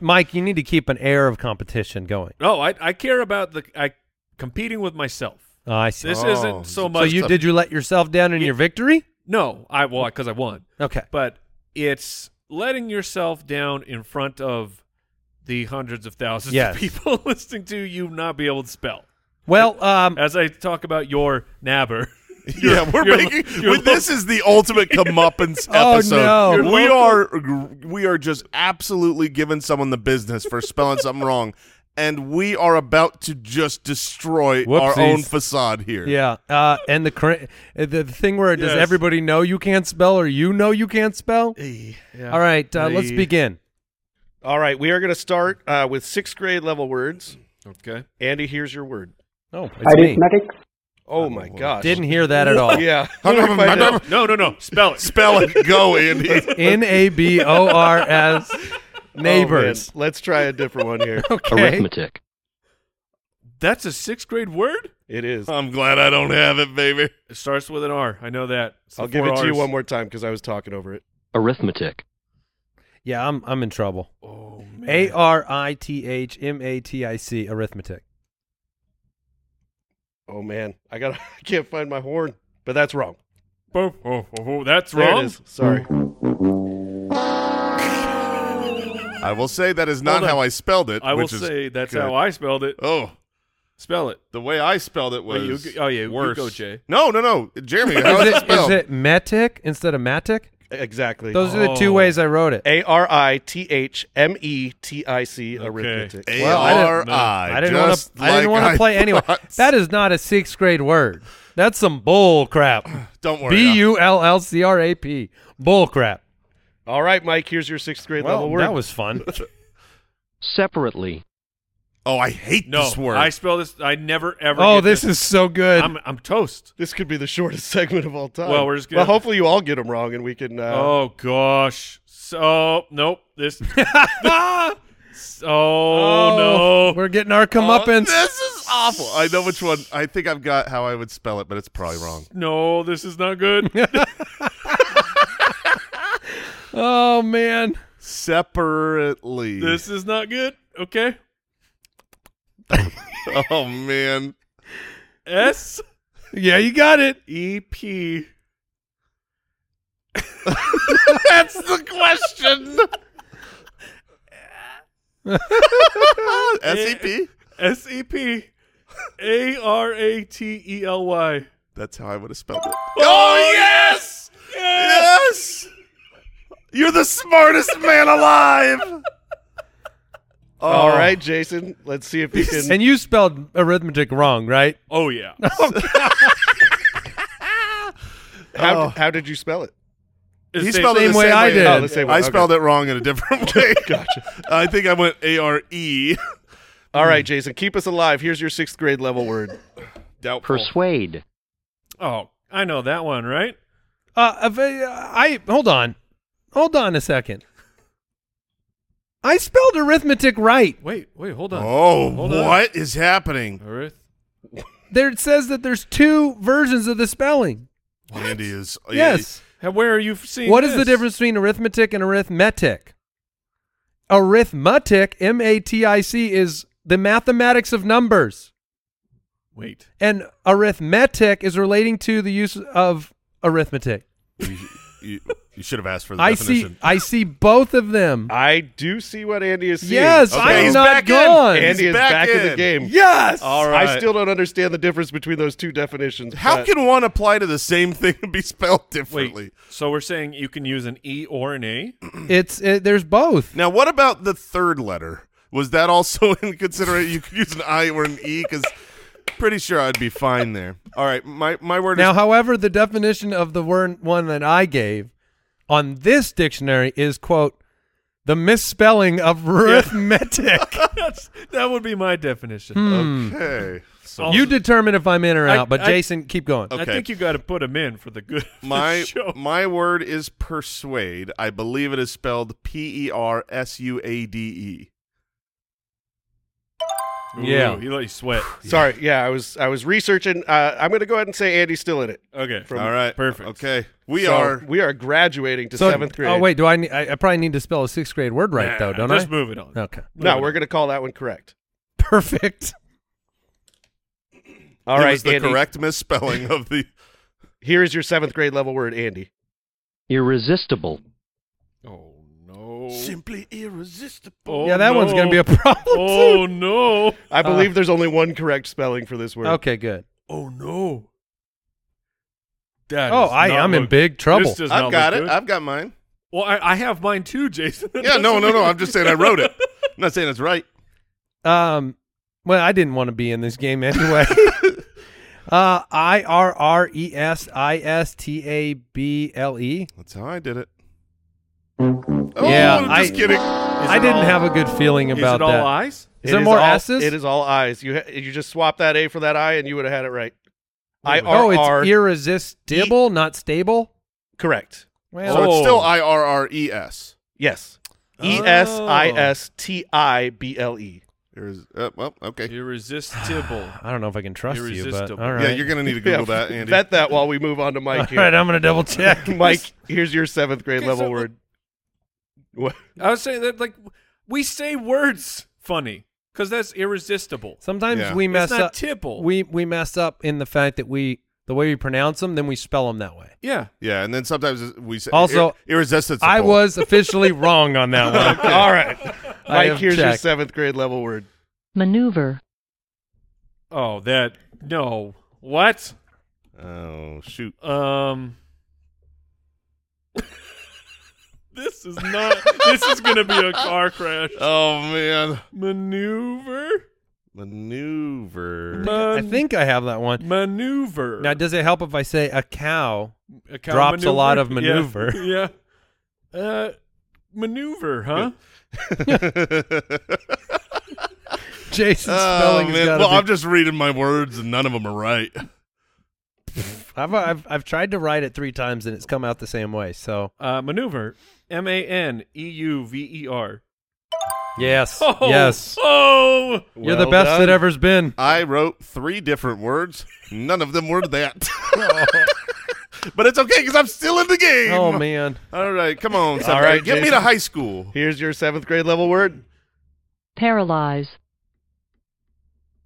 Speaker 4: Mike, you need to keep an air of competition going.
Speaker 2: No, I, I care about the I competing with myself.
Speaker 4: Oh, I see.
Speaker 2: This
Speaker 3: Oh,
Speaker 2: isn't so
Speaker 4: so
Speaker 2: much.
Speaker 4: you did you let yourself down in your victory?
Speaker 2: No, I well because I won,
Speaker 4: Okay.
Speaker 2: but it's letting yourself down in front of the hundreds of thousands
Speaker 4: Yes.
Speaker 2: of people listening to you not be able to spell.
Speaker 4: Well, um,
Speaker 2: As I talk about your nabber,
Speaker 3: Yeah, we're
Speaker 2: you're-
Speaker 3: making.
Speaker 2: you're
Speaker 3: we- this is the ultimate comeuppance
Speaker 4: Oh,
Speaker 3: episode.
Speaker 4: no.
Speaker 2: You're
Speaker 3: We are
Speaker 2: welcome.
Speaker 3: we are just absolutely giving someone the business for spelling something wrong, and we are about to just destroy
Speaker 4: Whoopsies.
Speaker 3: our own facade here.
Speaker 4: yeah, uh, and the cra- the, the thing where does
Speaker 2: Yes.
Speaker 4: everybody know you can't spell or you know you can't spell? All right, uh, let's
Speaker 2: Hey.
Speaker 4: begin.
Speaker 5: All right, we are going to start uh, with sixth grade level words.
Speaker 2: okay.
Speaker 5: Andy, here's your word.
Speaker 4: Oh, it's me.
Speaker 6: arithmetic,
Speaker 5: Oh my gosh!
Speaker 4: Didn't hear that at all.
Speaker 5: yeah.
Speaker 2: No, no, no. Spell it.
Speaker 3: Spell it. Go, Andy.
Speaker 4: N a b o r s
Speaker 2: Oh,
Speaker 4: neighbors.
Speaker 5: Oh, man. Let's try a different one here.
Speaker 4: okay.
Speaker 6: arithmetic,
Speaker 2: That's a sixth grade word.
Speaker 5: It is.
Speaker 3: I'm glad I don't have it, baby.
Speaker 2: It starts with an R. I know that. It's the
Speaker 5: I'll give
Speaker 2: four
Speaker 5: it to you
Speaker 2: Rs.
Speaker 5: one more time because I was talking over it.
Speaker 6: arithmetic,
Speaker 4: Yeah, I'm I'm in trouble.
Speaker 2: Oh man.
Speaker 4: A R I T H M A T I C arithmetic.
Speaker 5: Oh man, I got I can't find my horn, but that's wrong.
Speaker 2: Oh, oh, oh, that's
Speaker 5: There it
Speaker 2: wrong.
Speaker 5: is. Sorry.
Speaker 3: I will say that is not
Speaker 2: Hold on.
Speaker 3: how I spelled it.
Speaker 2: I will
Speaker 3: which is
Speaker 2: say that's
Speaker 3: good.
Speaker 2: how I spelled it.
Speaker 3: Oh,
Speaker 2: Spell it.
Speaker 3: the way I spelled it was.
Speaker 2: Wait, you go- oh, yeah, you
Speaker 3: worse.
Speaker 2: go, Jay.
Speaker 3: No, no, no, Jeremy. How is
Speaker 4: Is
Speaker 3: it
Speaker 4: it, is
Speaker 3: spelled?
Speaker 4: it matic instead of matic?
Speaker 5: Exactly.
Speaker 4: Those are the two
Speaker 2: Oh.
Speaker 4: ways I wrote it.
Speaker 5: A R I T H M E T I C
Speaker 2: Okay.
Speaker 5: arithmetic.
Speaker 3: A
Speaker 4: Well, I didn't-
Speaker 3: R I.
Speaker 4: I didn't want to.
Speaker 3: just
Speaker 4: I didn't
Speaker 3: like
Speaker 4: want to play anyway.
Speaker 3: thought.
Speaker 4: That is not a sixth grade word. That's some bull crap.
Speaker 3: Don't worry.
Speaker 4: B
Speaker 3: I'll-
Speaker 4: u l l c r a p. Bull crap.
Speaker 5: All right, Mike, here's your sixth grade
Speaker 4: Well,
Speaker 5: level word.
Speaker 4: that was fun.
Speaker 6: separately,
Speaker 3: Oh, I hate
Speaker 2: No,
Speaker 3: this word.
Speaker 2: I spell this. I never ever.
Speaker 4: oh,
Speaker 2: get
Speaker 4: this is so good.
Speaker 2: I'm I'm toast.
Speaker 5: this could be the shortest segment of all time.
Speaker 2: Well, we're just gonna-
Speaker 5: Well, hopefully you all get them wrong and we can. Uh,
Speaker 2: oh gosh. So nope. This. oh, no.
Speaker 4: We're getting our
Speaker 3: Oh,
Speaker 4: comeuppance.
Speaker 3: This is awful. I know which one. I think I've got how I would spell it, but it's probably wrong.
Speaker 2: No, this is not good.
Speaker 4: oh man.
Speaker 3: Separately.
Speaker 2: this is not good. Okay.
Speaker 3: Oh man.
Speaker 2: S
Speaker 4: Yeah, you got it.
Speaker 2: E P.
Speaker 3: That's the question. SEP.
Speaker 2: S E P A R A T E L Y.
Speaker 3: That's how I would have spelled it.
Speaker 2: Oh yes!
Speaker 3: Yes.
Speaker 2: Yes!
Speaker 3: You're the smartest man alive.
Speaker 5: All
Speaker 2: Oh.
Speaker 5: right, Jason. Let's see if you can.
Speaker 4: And you spelled arithmetic wrong, right?
Speaker 2: Oh yeah.
Speaker 4: Oh.
Speaker 5: how, did- how did you spell it?
Speaker 2: It's
Speaker 3: he
Speaker 2: same-
Speaker 3: spelled it
Speaker 4: same
Speaker 3: the
Speaker 4: way
Speaker 3: same
Speaker 4: I
Speaker 3: way
Speaker 4: did.
Speaker 5: Oh, the same way,
Speaker 3: I
Speaker 5: okay.
Speaker 3: spelled it wrong in a different way. gotcha. I think I went A R E.
Speaker 5: All right, Jason. Keep us alive. Here's your sixth grade level word.
Speaker 3: Doubtful.
Speaker 6: persuade,
Speaker 2: Oh, I know that one, right?
Speaker 4: Uh, if I, I hold on, hold on a second. I spelled arithmetic right.
Speaker 2: Wait, wait, hold on.
Speaker 3: Oh,
Speaker 2: Hold
Speaker 3: what
Speaker 2: on.
Speaker 3: is happening?
Speaker 2: Earth.
Speaker 4: There it says that there's two versions of the spelling.
Speaker 3: Andy is
Speaker 4: Yes.
Speaker 2: Now, Where are you seeing?
Speaker 4: What is the
Speaker 2: this?
Speaker 4: difference between arithmetic and arithmetic? Arithmetic, M A T I C, is the mathematics of numbers,
Speaker 2: Wait.
Speaker 4: and arithmetic is relating to the use of arithmetic.
Speaker 3: You, you, you should have asked for the
Speaker 4: I see.
Speaker 3: definition.
Speaker 4: I see both of them.
Speaker 5: I do see what Andy is seeing.
Speaker 4: Yes,
Speaker 3: Okay,
Speaker 4: I'm
Speaker 3: he's
Speaker 4: not
Speaker 3: back in.
Speaker 4: gone.
Speaker 3: And-
Speaker 5: Andy
Speaker 3: He's
Speaker 5: is
Speaker 3: back
Speaker 5: back, in.
Speaker 3: in.
Speaker 5: the game.
Speaker 4: yes.
Speaker 2: All right.
Speaker 5: I still don't understand the difference between those two definitions.
Speaker 3: How
Speaker 5: but-
Speaker 3: can one apply to the same thing and be spelled
Speaker 2: Wait.
Speaker 3: differently?
Speaker 2: So we're saying you can use an E or an A?
Speaker 4: It's it, there's both.
Speaker 3: Now, what about the third letter? Was that also in consideration? You could use an I or an E because pretty sure I'd be fine there. All right, my my word
Speaker 4: Now,
Speaker 3: is
Speaker 4: however, the definition of the word one that I gave on this dictionary is quote the misspelling of arithmetic.
Speaker 2: That's that would be my definition.
Speaker 3: okay. So
Speaker 2: I'll-
Speaker 4: Hmm. you determine if I'm in or
Speaker 2: I-
Speaker 4: out, but
Speaker 2: I-
Speaker 4: Jason, keep going.
Speaker 2: I
Speaker 3: Okay.
Speaker 2: think you got to put him in for the good. of the
Speaker 3: my
Speaker 2: show.
Speaker 3: my word is persuade. I believe it is spelled P E R S U A D E.
Speaker 2: Ooh,
Speaker 4: Yeah.
Speaker 2: he let you sweat.
Speaker 5: Sorry, yeah, I was I was researching. Uh, I'm going to go ahead and say Andy's still in it.
Speaker 2: Okay.
Speaker 5: From-
Speaker 3: All right,
Speaker 2: Perfect.
Speaker 3: Okay, we
Speaker 5: So
Speaker 3: are.
Speaker 5: we are graduating to
Speaker 4: So-
Speaker 5: seventh grade.
Speaker 4: Oh wait, do I, need, I? I probably need to spell a sixth grade word right
Speaker 2: Nah,
Speaker 4: though, don't
Speaker 2: just
Speaker 4: I?
Speaker 2: move it on.
Speaker 4: Okay,
Speaker 5: no, we're going to call that one correct.
Speaker 4: perfect.
Speaker 5: All
Speaker 3: it
Speaker 5: right,
Speaker 3: was the
Speaker 5: Andy.
Speaker 3: correct misspelling of the.
Speaker 5: Here is your seventh grade level word, Andy.
Speaker 6: irresistible,
Speaker 2: Oh no.
Speaker 3: Simply irresistible.
Speaker 2: Oh,
Speaker 4: yeah, that one's gonna
Speaker 2: no.
Speaker 4: be a problem
Speaker 2: Oh
Speaker 4: too.
Speaker 2: no.
Speaker 5: I
Speaker 4: Uh,
Speaker 5: believe there's only one correct spelling for this word.
Speaker 4: Okay, good.
Speaker 2: Oh no. That
Speaker 4: Oh,
Speaker 2: does
Speaker 4: I
Speaker 2: not
Speaker 4: am in
Speaker 2: look-
Speaker 4: big trouble.
Speaker 2: This does
Speaker 3: I've
Speaker 2: not
Speaker 3: got
Speaker 2: look
Speaker 3: it.
Speaker 2: good.
Speaker 3: I've got mine.
Speaker 2: well, I, I have mine too, Jason. That
Speaker 3: Yeah, no,
Speaker 2: doesn't
Speaker 3: no, no.
Speaker 2: mean-
Speaker 3: I'm just saying I wrote it. I'm not saying it's right.
Speaker 4: Um, well, I didn't want to be in this game anyway. uh, I R R E S I S T A B L E.
Speaker 3: That's how I did it. Oh,
Speaker 4: Yeah,
Speaker 3: I'm
Speaker 4: I-
Speaker 3: just kidding.
Speaker 4: I didn't have a good feeling
Speaker 2: Is
Speaker 4: about
Speaker 2: it all
Speaker 4: that.
Speaker 2: eyes?
Speaker 4: Is there more
Speaker 5: all,
Speaker 4: S's?
Speaker 5: It is all I's. You ha- you just swap that A for that I, and you would have had it right. I
Speaker 4: oh,
Speaker 5: R R.
Speaker 4: it's irresistible, not stable.
Speaker 5: Correct.
Speaker 4: Well,
Speaker 3: So it's
Speaker 2: Oh.
Speaker 3: still I R R E S.
Speaker 5: Yes. E S I S T I B L E.
Speaker 3: There is- uh, well, okay.
Speaker 2: Irresistible.
Speaker 4: I don't know if I can trust you, but
Speaker 2: Irresistible.
Speaker 4: all right.
Speaker 3: Yeah, you're gonna need to Google that, Andy.
Speaker 5: Vet that while we move on to
Speaker 4: All
Speaker 5: Mike here.
Speaker 4: right, I'm gonna double check.
Speaker 5: Mike, here's your seventh grade level word. What?
Speaker 2: I was saying that like we say words funny. because that's irresistible.
Speaker 4: Sometimes
Speaker 3: Yeah.
Speaker 4: we
Speaker 2: It's
Speaker 4: mess
Speaker 2: not
Speaker 4: up.
Speaker 2: tipple.
Speaker 4: We we mess up in the fact that we the way we pronounce them, then we spell them that way.
Speaker 2: yeah,
Speaker 3: Yeah, and then sometimes we say
Speaker 4: Also,
Speaker 3: ir- irresistible.
Speaker 4: I was officially wrong on that one.
Speaker 5: All right.
Speaker 4: I
Speaker 5: Mike,
Speaker 4: have
Speaker 5: here's your
Speaker 4: checked.
Speaker 5: seventh grade level word.
Speaker 7: maneuver,
Speaker 2: Oh, that no. What?
Speaker 3: Oh shoot!
Speaker 2: Um. this is not. this is gonna be a car crash.
Speaker 3: Oh man,
Speaker 2: Maneuver.
Speaker 3: maneuver.
Speaker 4: I think I have that one.
Speaker 2: maneuver.
Speaker 4: Now, does it help if I say a cow?
Speaker 2: A cow
Speaker 4: drops a lot of
Speaker 2: Yeah. yeah. Uh, maneuver, huh?
Speaker 4: Jason
Speaker 3: oh
Speaker 4: spelling
Speaker 3: man.
Speaker 4: has got
Speaker 3: Well, I'm just reading my words, and none of them are right.
Speaker 4: I've, I've I've tried to write it three times and it's come out the same way. So
Speaker 2: Uh, maneuver. M A N E U V E R.
Speaker 4: yes,
Speaker 2: Oh,
Speaker 4: yes,
Speaker 2: Oh.
Speaker 4: you're the
Speaker 5: Well
Speaker 4: best
Speaker 5: done.
Speaker 4: that ever's been.
Speaker 3: I wrote three different words. None of them were that. but it's okay because I'm still in the game.
Speaker 4: Oh man,
Speaker 3: All right, come on.
Speaker 5: All
Speaker 3: All
Speaker 5: right,
Speaker 3: right, get me
Speaker 5: Jason.
Speaker 3: to high school.
Speaker 5: Here's your seventh grade level word.
Speaker 7: paralyze,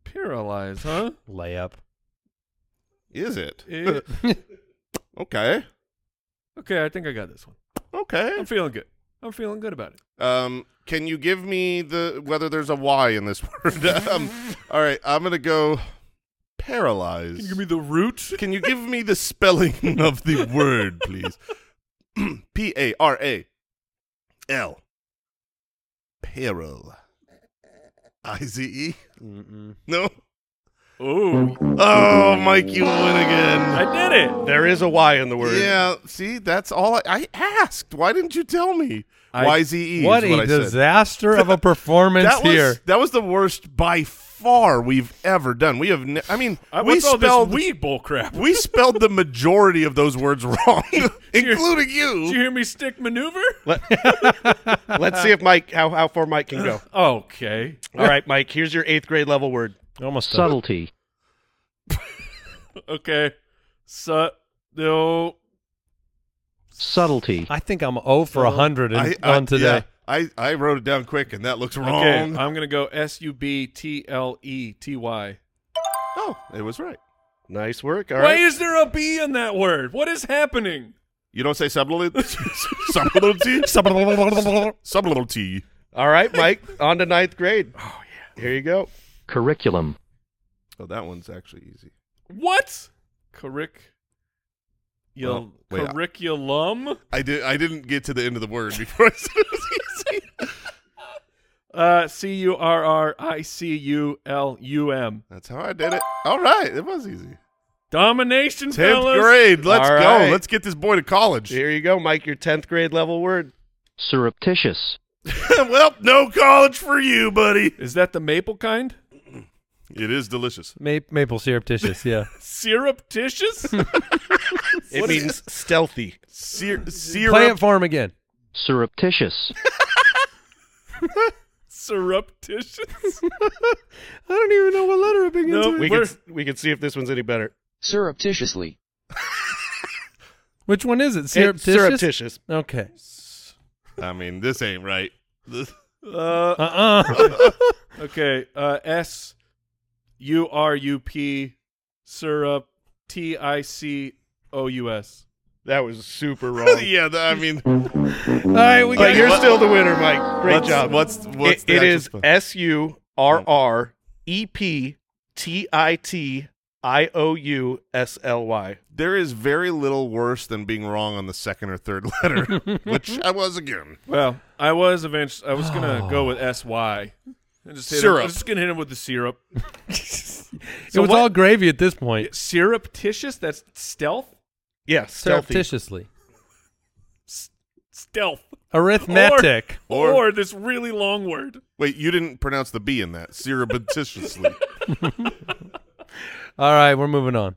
Speaker 2: Paralyzed, huh?
Speaker 4: layup.
Speaker 3: Is it
Speaker 2: Eh,
Speaker 3: okay?
Speaker 2: okay, I think I got this one. I'm
Speaker 3: Okay.
Speaker 2: feeling good. I'm feeling good about it.
Speaker 3: Um, can you give me the whether there's a Y in this word? um, all right, I'm gonna go paralyzed.
Speaker 2: Can you give me the root?
Speaker 3: Can you give me the spelling of the word, please? P A R A L. Peril. I Z E? No?
Speaker 2: Oh,
Speaker 3: Oh, Mike, you win again.
Speaker 2: I did it.
Speaker 5: There is a Y in the word.
Speaker 3: Yeah, see, that's all I, I asked. Why didn't you tell me?
Speaker 2: I-
Speaker 3: Y Z E. is
Speaker 4: What a
Speaker 3: I said.
Speaker 4: disaster of a performance
Speaker 3: That was,
Speaker 4: here.
Speaker 3: that was the worst by far we've ever done. We have, ne- I mean,
Speaker 2: I,
Speaker 3: we
Speaker 2: what's Uh, all
Speaker 3: spelled
Speaker 2: this weed bull crap?
Speaker 3: we spelled the majority of those words wrong, including
Speaker 2: Did you hear me stick maneuver?
Speaker 5: Let's see if Mike how, how far Mike can go.
Speaker 2: Okay.
Speaker 5: All right, Mike, here's your eighth grade level word.
Speaker 4: Almost done.
Speaker 6: subtlety,
Speaker 2: Okay. So no.
Speaker 6: subtlety,
Speaker 4: I think I'm 0 for 100 in, on today.
Speaker 3: yeah, I, I wrote it down quick, and that looks wrong.
Speaker 2: Okay, uh, I'm gonna go S U B T L E T Y.
Speaker 3: oh, it was right.
Speaker 5: Nice work. All
Speaker 2: Why
Speaker 5: right.
Speaker 2: is there a B in that word? What is happening?
Speaker 3: You don't say subtlety? subtlety? subtlety.
Speaker 5: All right, Mike, on to ninth grade. Oh yeah. Here you go.
Speaker 6: curriculum,
Speaker 3: Oh, that one's actually easy.
Speaker 2: What? Curric.
Speaker 3: Well, wait, I-
Speaker 2: curriculum.
Speaker 3: I did. I didn't get to the end of the word before I said it was easy.
Speaker 2: Uh, C U R R I C U L U M.
Speaker 3: That's how I did it. All right, it was easy.
Speaker 2: Domination,
Speaker 3: Tenth
Speaker 2: fellas.
Speaker 3: grade. Let's
Speaker 5: All
Speaker 3: go.
Speaker 5: right.
Speaker 3: Let's get this boy to college.
Speaker 5: Here you go, Mike, your tenth grade level word.
Speaker 6: surreptitious,
Speaker 3: well, no college for you, buddy.
Speaker 2: Is that the maple kind?
Speaker 3: It is delicious.
Speaker 4: Ma- maple surreptitious, yeah.
Speaker 2: Surreptitious?
Speaker 5: It means stealthy.
Speaker 3: Syrup.
Speaker 4: Play it for him again.
Speaker 6: surreptitious,
Speaker 2: Surreptitious?
Speaker 4: I don't even know what letter it begins
Speaker 2: No,
Speaker 4: with.
Speaker 5: We
Speaker 2: We're-
Speaker 5: can we can see if this one's any better.
Speaker 8: surreptitiously,
Speaker 4: Which one is it?
Speaker 5: It's
Speaker 4: Surreptitious?
Speaker 5: Eh, surreptitious.
Speaker 4: Okay.
Speaker 3: I mean, this ain't right. This-
Speaker 2: uh,
Speaker 4: Uh-uh.
Speaker 2: okay. Uh, S U R U P syrup T I C O U S.
Speaker 5: That was super wrong.
Speaker 3: yeah, th- I mean,
Speaker 4: All right, we
Speaker 5: But
Speaker 4: got
Speaker 5: you're
Speaker 3: What-
Speaker 5: still the winner, Mike. Great
Speaker 3: what's,
Speaker 5: job.
Speaker 3: What's what's
Speaker 5: It-
Speaker 3: the
Speaker 5: it
Speaker 3: actual
Speaker 5: is
Speaker 3: spell?
Speaker 5: S U R R E P T I T I O U S L Y.
Speaker 3: There is very little worse than being wrong on the second or third letter, which I was again.
Speaker 2: Well, I was eventually. I was gonna go with S Y. Just hit Him,
Speaker 3: Syrup.
Speaker 2: I was just gonna hit him with the syrup.
Speaker 4: it was all gravy at this point.
Speaker 2: Surreptitious. That's stealth.
Speaker 5: Yeah, stealthy.
Speaker 4: Surreptitiously.
Speaker 2: Stealth.
Speaker 4: Arithmetic.
Speaker 2: Or,
Speaker 3: Or-
Speaker 2: this really long word.
Speaker 3: Wait, you didn't pronounce the B in that surreptitiously.
Speaker 4: All right, we're moving on.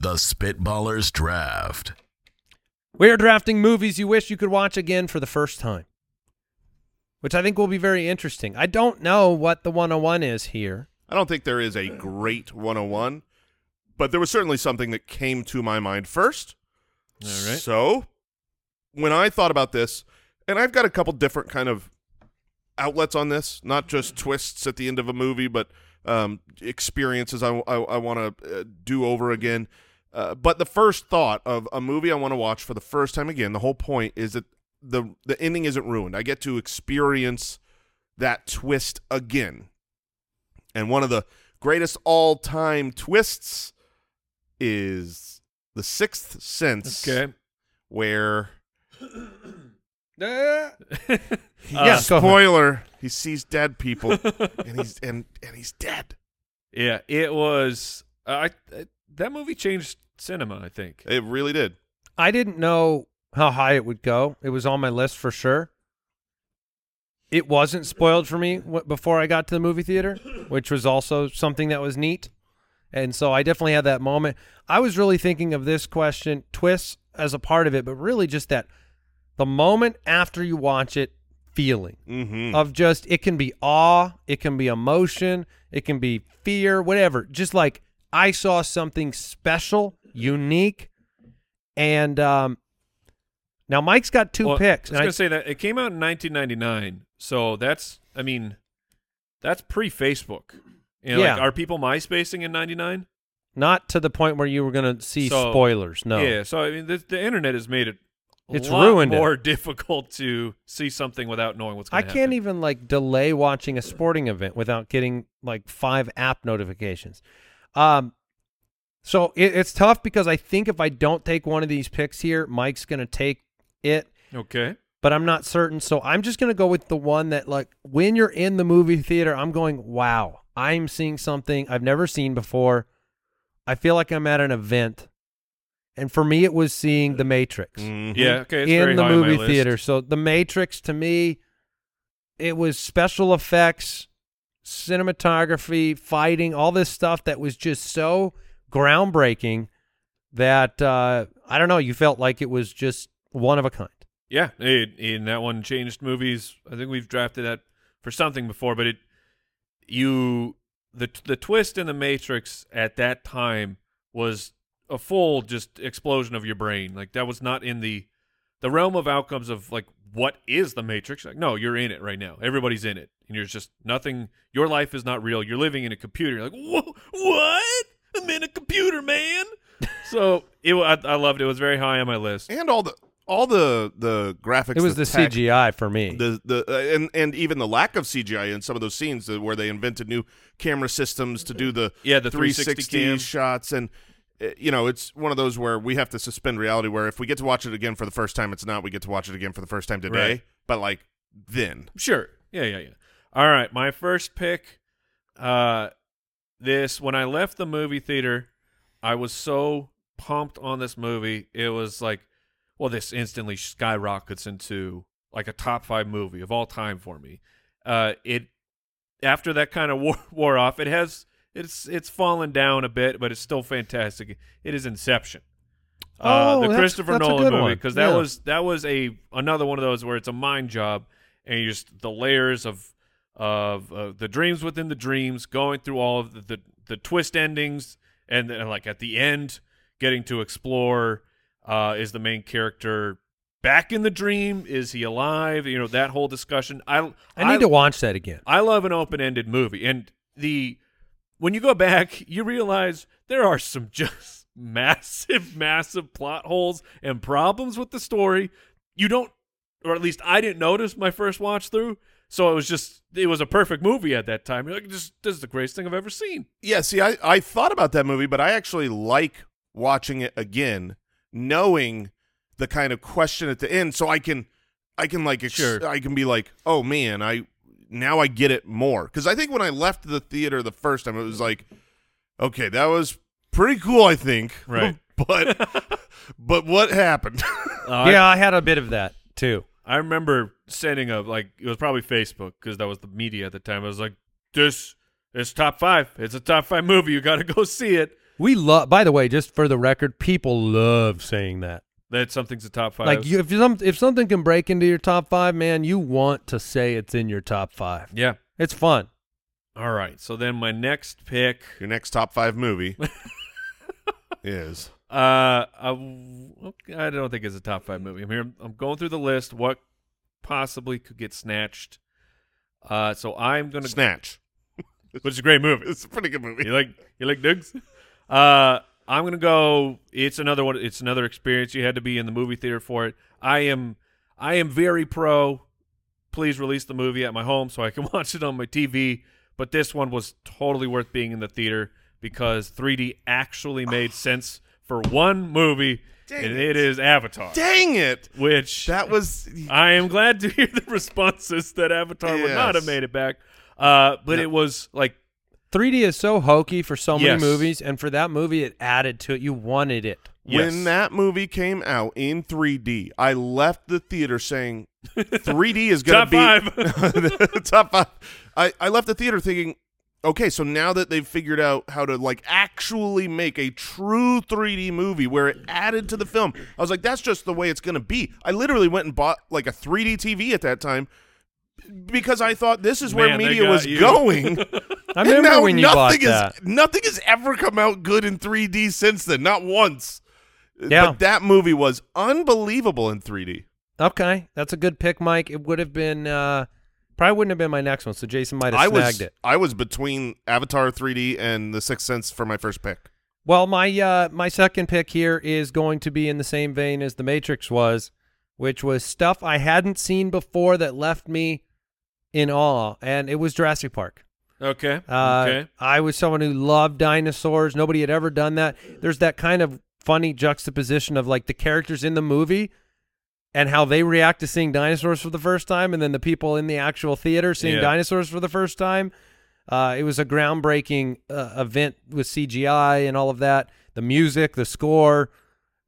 Speaker 1: The Spitballers Draft.
Speaker 4: We are drafting movies you wish you could watch again for the first time, which I think will be very interesting. I don't know what the 101 is here.
Speaker 3: I don't think there is a great 101, but there was certainly something that came to my mind first.
Speaker 2: All right.
Speaker 3: So, when I thought about this, and I've got a couple different kind of outlets on this, not just twists at the end of a movie, but um, experiences I, want to uh, do over again. Uh, but the first thought of a movie I want to watch for the first time again, the whole point is that the the ending isn't ruined. I get to experience that twist again. And one of the greatest all time twists is The Sixth Sense
Speaker 2: Okay.
Speaker 3: where
Speaker 4: Yes, go ahead.
Speaker 3: spoiler he sees dead people and he's and and he's dead
Speaker 2: Yeah, it was. I I- that movie changed cinema. I think.
Speaker 4: Uh,
Speaker 3: it really did
Speaker 4: I didn't know how high it would go. It was on my list for sure. It wasn't spoiled for me w- before I got to the movie theater, which was also something that was neat. And so I definitely had that moment. I was really thinking of this question, twists as a part of it, but really just that the moment after you watch it feeling
Speaker 3: mm-hmm
Speaker 4: of just it can be awe, it can be emotion, it can be fear, whatever. Just like I saw something special, unique, and um, now Mike's got two
Speaker 2: Well, I was
Speaker 4: picks. and I-
Speaker 2: gonna say that it came out in 1999, so that's. I mean, that's pre Facebook. You know, Like,
Speaker 4: Yeah.
Speaker 2: are people MySpacing in '99?
Speaker 4: not to the point where you were gonna see
Speaker 2: So-
Speaker 4: spoilers. No,
Speaker 2: Yeah. So I mean, the, the internet has made it. a
Speaker 4: It's
Speaker 2: lot
Speaker 4: ruined it.
Speaker 2: More difficult to see something without knowing what's going
Speaker 4: I
Speaker 2: to
Speaker 4: can't
Speaker 2: happen.
Speaker 4: even like delay watching a sporting event without getting like five app notifications. Um, so it, it's tough because I think if I don't take one of these picks here, Mike's gonna take it.
Speaker 2: Okay.
Speaker 4: but I'm not certain. So I'm just going to go with the one that, like, when you're in the movie theater, I'm going, wow, I'm seeing something I've never seen before. I feel like I'm at an event. And for me, it was seeing The Matrix
Speaker 2: Mm.
Speaker 3: Mm-hmm.
Speaker 2: Yeah. Okay. It's very
Speaker 4: Mm-hmm. in the
Speaker 2: high on my
Speaker 4: movie
Speaker 2: list.
Speaker 4: theater. So The Matrix to me, it was special effects, cinematography, fighting, all this stuff that was just so groundbreaking that uh, I don't know. You felt like it was just one of a kind.
Speaker 2: Yeah, it, and that one changed movies. I think we've drafted that for something before, but it you the the twist in the Matrix at that time was a full just explosion of your brain. Like that was not in the the realm of outcomes of like what is the Matrix? Like no, you're in it right now. Everybody's in it, and you're just nothing. Your life is not real. You're living in a computer. You're like Whoa, what? I'm in a computer, man. so it, wa- I, I loved it. It was very high on my list.
Speaker 3: and all the all the the graphics
Speaker 4: It was the
Speaker 3: the tech,
Speaker 4: CGI for me.
Speaker 3: the the uh, and and even the lack of CGI in some of those scenes that- where they invented new camera systems to do the
Speaker 2: Yeah, the 360 cam.
Speaker 3: shots and uh, you know it's one of those where we have to suspend reality where if we get to watch it again for the first time it's not we get to watch it again for the first time today
Speaker 2: Right.
Speaker 3: but like then
Speaker 2: Sure. Yeah, yeah, yeah. All right, my first pick. Uh, this when I left the movie theater, I was so pumped on this movie. It was like, well, this instantly skyrockets into like a top five movie of all time for me. Uh, it after that kind of wore, wore off, it has it's it's fallen down a bit, but it's still fantastic. It is Inception.
Speaker 4: Oh,
Speaker 2: uh, the
Speaker 4: that's-
Speaker 2: Christopher
Speaker 4: that's a
Speaker 2: Nolan
Speaker 4: good
Speaker 2: movie
Speaker 4: one.
Speaker 2: because that
Speaker 4: Yeah.
Speaker 2: was that was a another one of those where it's a mind job and you just the layers of of uh, the dreams within the dreams going through all of the the, the twist endings and then like at the end getting to explore uh, is the main character back in the dream is he alive you know that whole discussion I
Speaker 4: I need to watch that again.
Speaker 2: I love an open-ended movie, and the when you go back, you realize there are some just massive, massive plot holes and problems with the story. You don't, or at least I didn't notice my first watch through. So it was just, it was a perfect movie at that time. You're like, this, this is the greatest thing I've ever seen.
Speaker 3: Yeah, see, I, I thought about that movie, but I actually like watching it again, knowing the kind of question at the end, so I can, I can like, ex-
Speaker 2: Sure.
Speaker 3: I can be like, oh man, I now I get it more because I think when I left the theater the first time, it was like, okay, that was pretty cool. I think,
Speaker 2: Right.
Speaker 3: but but what happened?
Speaker 2: Uh,
Speaker 4: yeah, I had a bit of that too.
Speaker 2: I remember sending a like it was probably Facebook because that was the media at the time. I was like, "This is top five. It's a top five movie. You got to go see it."
Speaker 4: We love. By the way, just for the record, people love saying that.
Speaker 2: That something's a top five.
Speaker 4: Like, you, if some if something can break into your top five, man, you want to say it's in your top five.
Speaker 2: yeah.
Speaker 4: It's fun.
Speaker 2: All right. So then my next pick,
Speaker 3: Your next top five movie is
Speaker 2: uh, I, w- I don't think it's a top five movie. I'm here. I'm going through the list. What possibly could get snatched? Uh, so I'm gonna.
Speaker 3: Snatch.
Speaker 2: but it's a great movie.
Speaker 3: It's a pretty good movie.
Speaker 2: You like you like Diggs? Uh, I'm gonna go. It's another one. It's another experience. You had to be in the movie theater for it. I am. I am very pro. Please release the movie at my home so I can watch it on my TV. But this one was totally worth being in the theater because 3D actually made sense for one movie,
Speaker 3: Ah. Dang
Speaker 2: and
Speaker 3: it.
Speaker 2: it is Avatar.
Speaker 3: Dang it!
Speaker 2: Which
Speaker 3: That was
Speaker 2: I am glad to hear the responses that Avatar would
Speaker 3: Yes.
Speaker 2: not have made it back. Uh, but it was like
Speaker 4: 3D is so hokey for so many
Speaker 2: Yes.
Speaker 4: movies, and for that movie, it added to it. You wanted it.
Speaker 3: when
Speaker 2: yes.
Speaker 3: that movie came out in 3D. I left the theater saying 3D is going
Speaker 2: Top
Speaker 3: to be top five. I I left the theater thinking, okay, so now that they've figured out how to like actually make a true 3D movie where it added to the film, I was like, that's just the way it's going to be. I literally went and bought like a 3D TV at that time because I thought this is where
Speaker 2: Man, they
Speaker 3: media
Speaker 2: got
Speaker 3: was
Speaker 2: you.
Speaker 3: going. And
Speaker 4: I remember
Speaker 3: now
Speaker 4: when you
Speaker 3: nothing
Speaker 4: bought
Speaker 3: is,
Speaker 4: that.
Speaker 3: Nothing has ever come out good in 3D since then. Not once.
Speaker 4: Yeah.
Speaker 3: But that movie was unbelievable in 3D.
Speaker 4: Okay, that's a good pick, Mike. It would have been uh, probably wouldn't have been my next one. So Jason might have
Speaker 3: I was
Speaker 4: snagged it.
Speaker 3: I was between Avatar 3D and The Sixth Sense for my first pick.
Speaker 4: Well, my uh, my second pick here is going to be in the same vein as the Matrix was, which was stuff I hadn't seen before that left me in awe, and it was Jurassic Park.
Speaker 2: okay.
Speaker 4: Uh,
Speaker 2: okay.
Speaker 4: I was someone who loved dinosaurs. Nobody had ever done that. There's that kind of funny juxtaposition of like the characters in the movie and how they react to seeing dinosaurs for the first time, and then the people in the actual theater seeing
Speaker 2: Yeah.
Speaker 4: dinosaurs for the first time. Uh, it was a groundbreaking uh, event with CGI and all of that. The music, the score.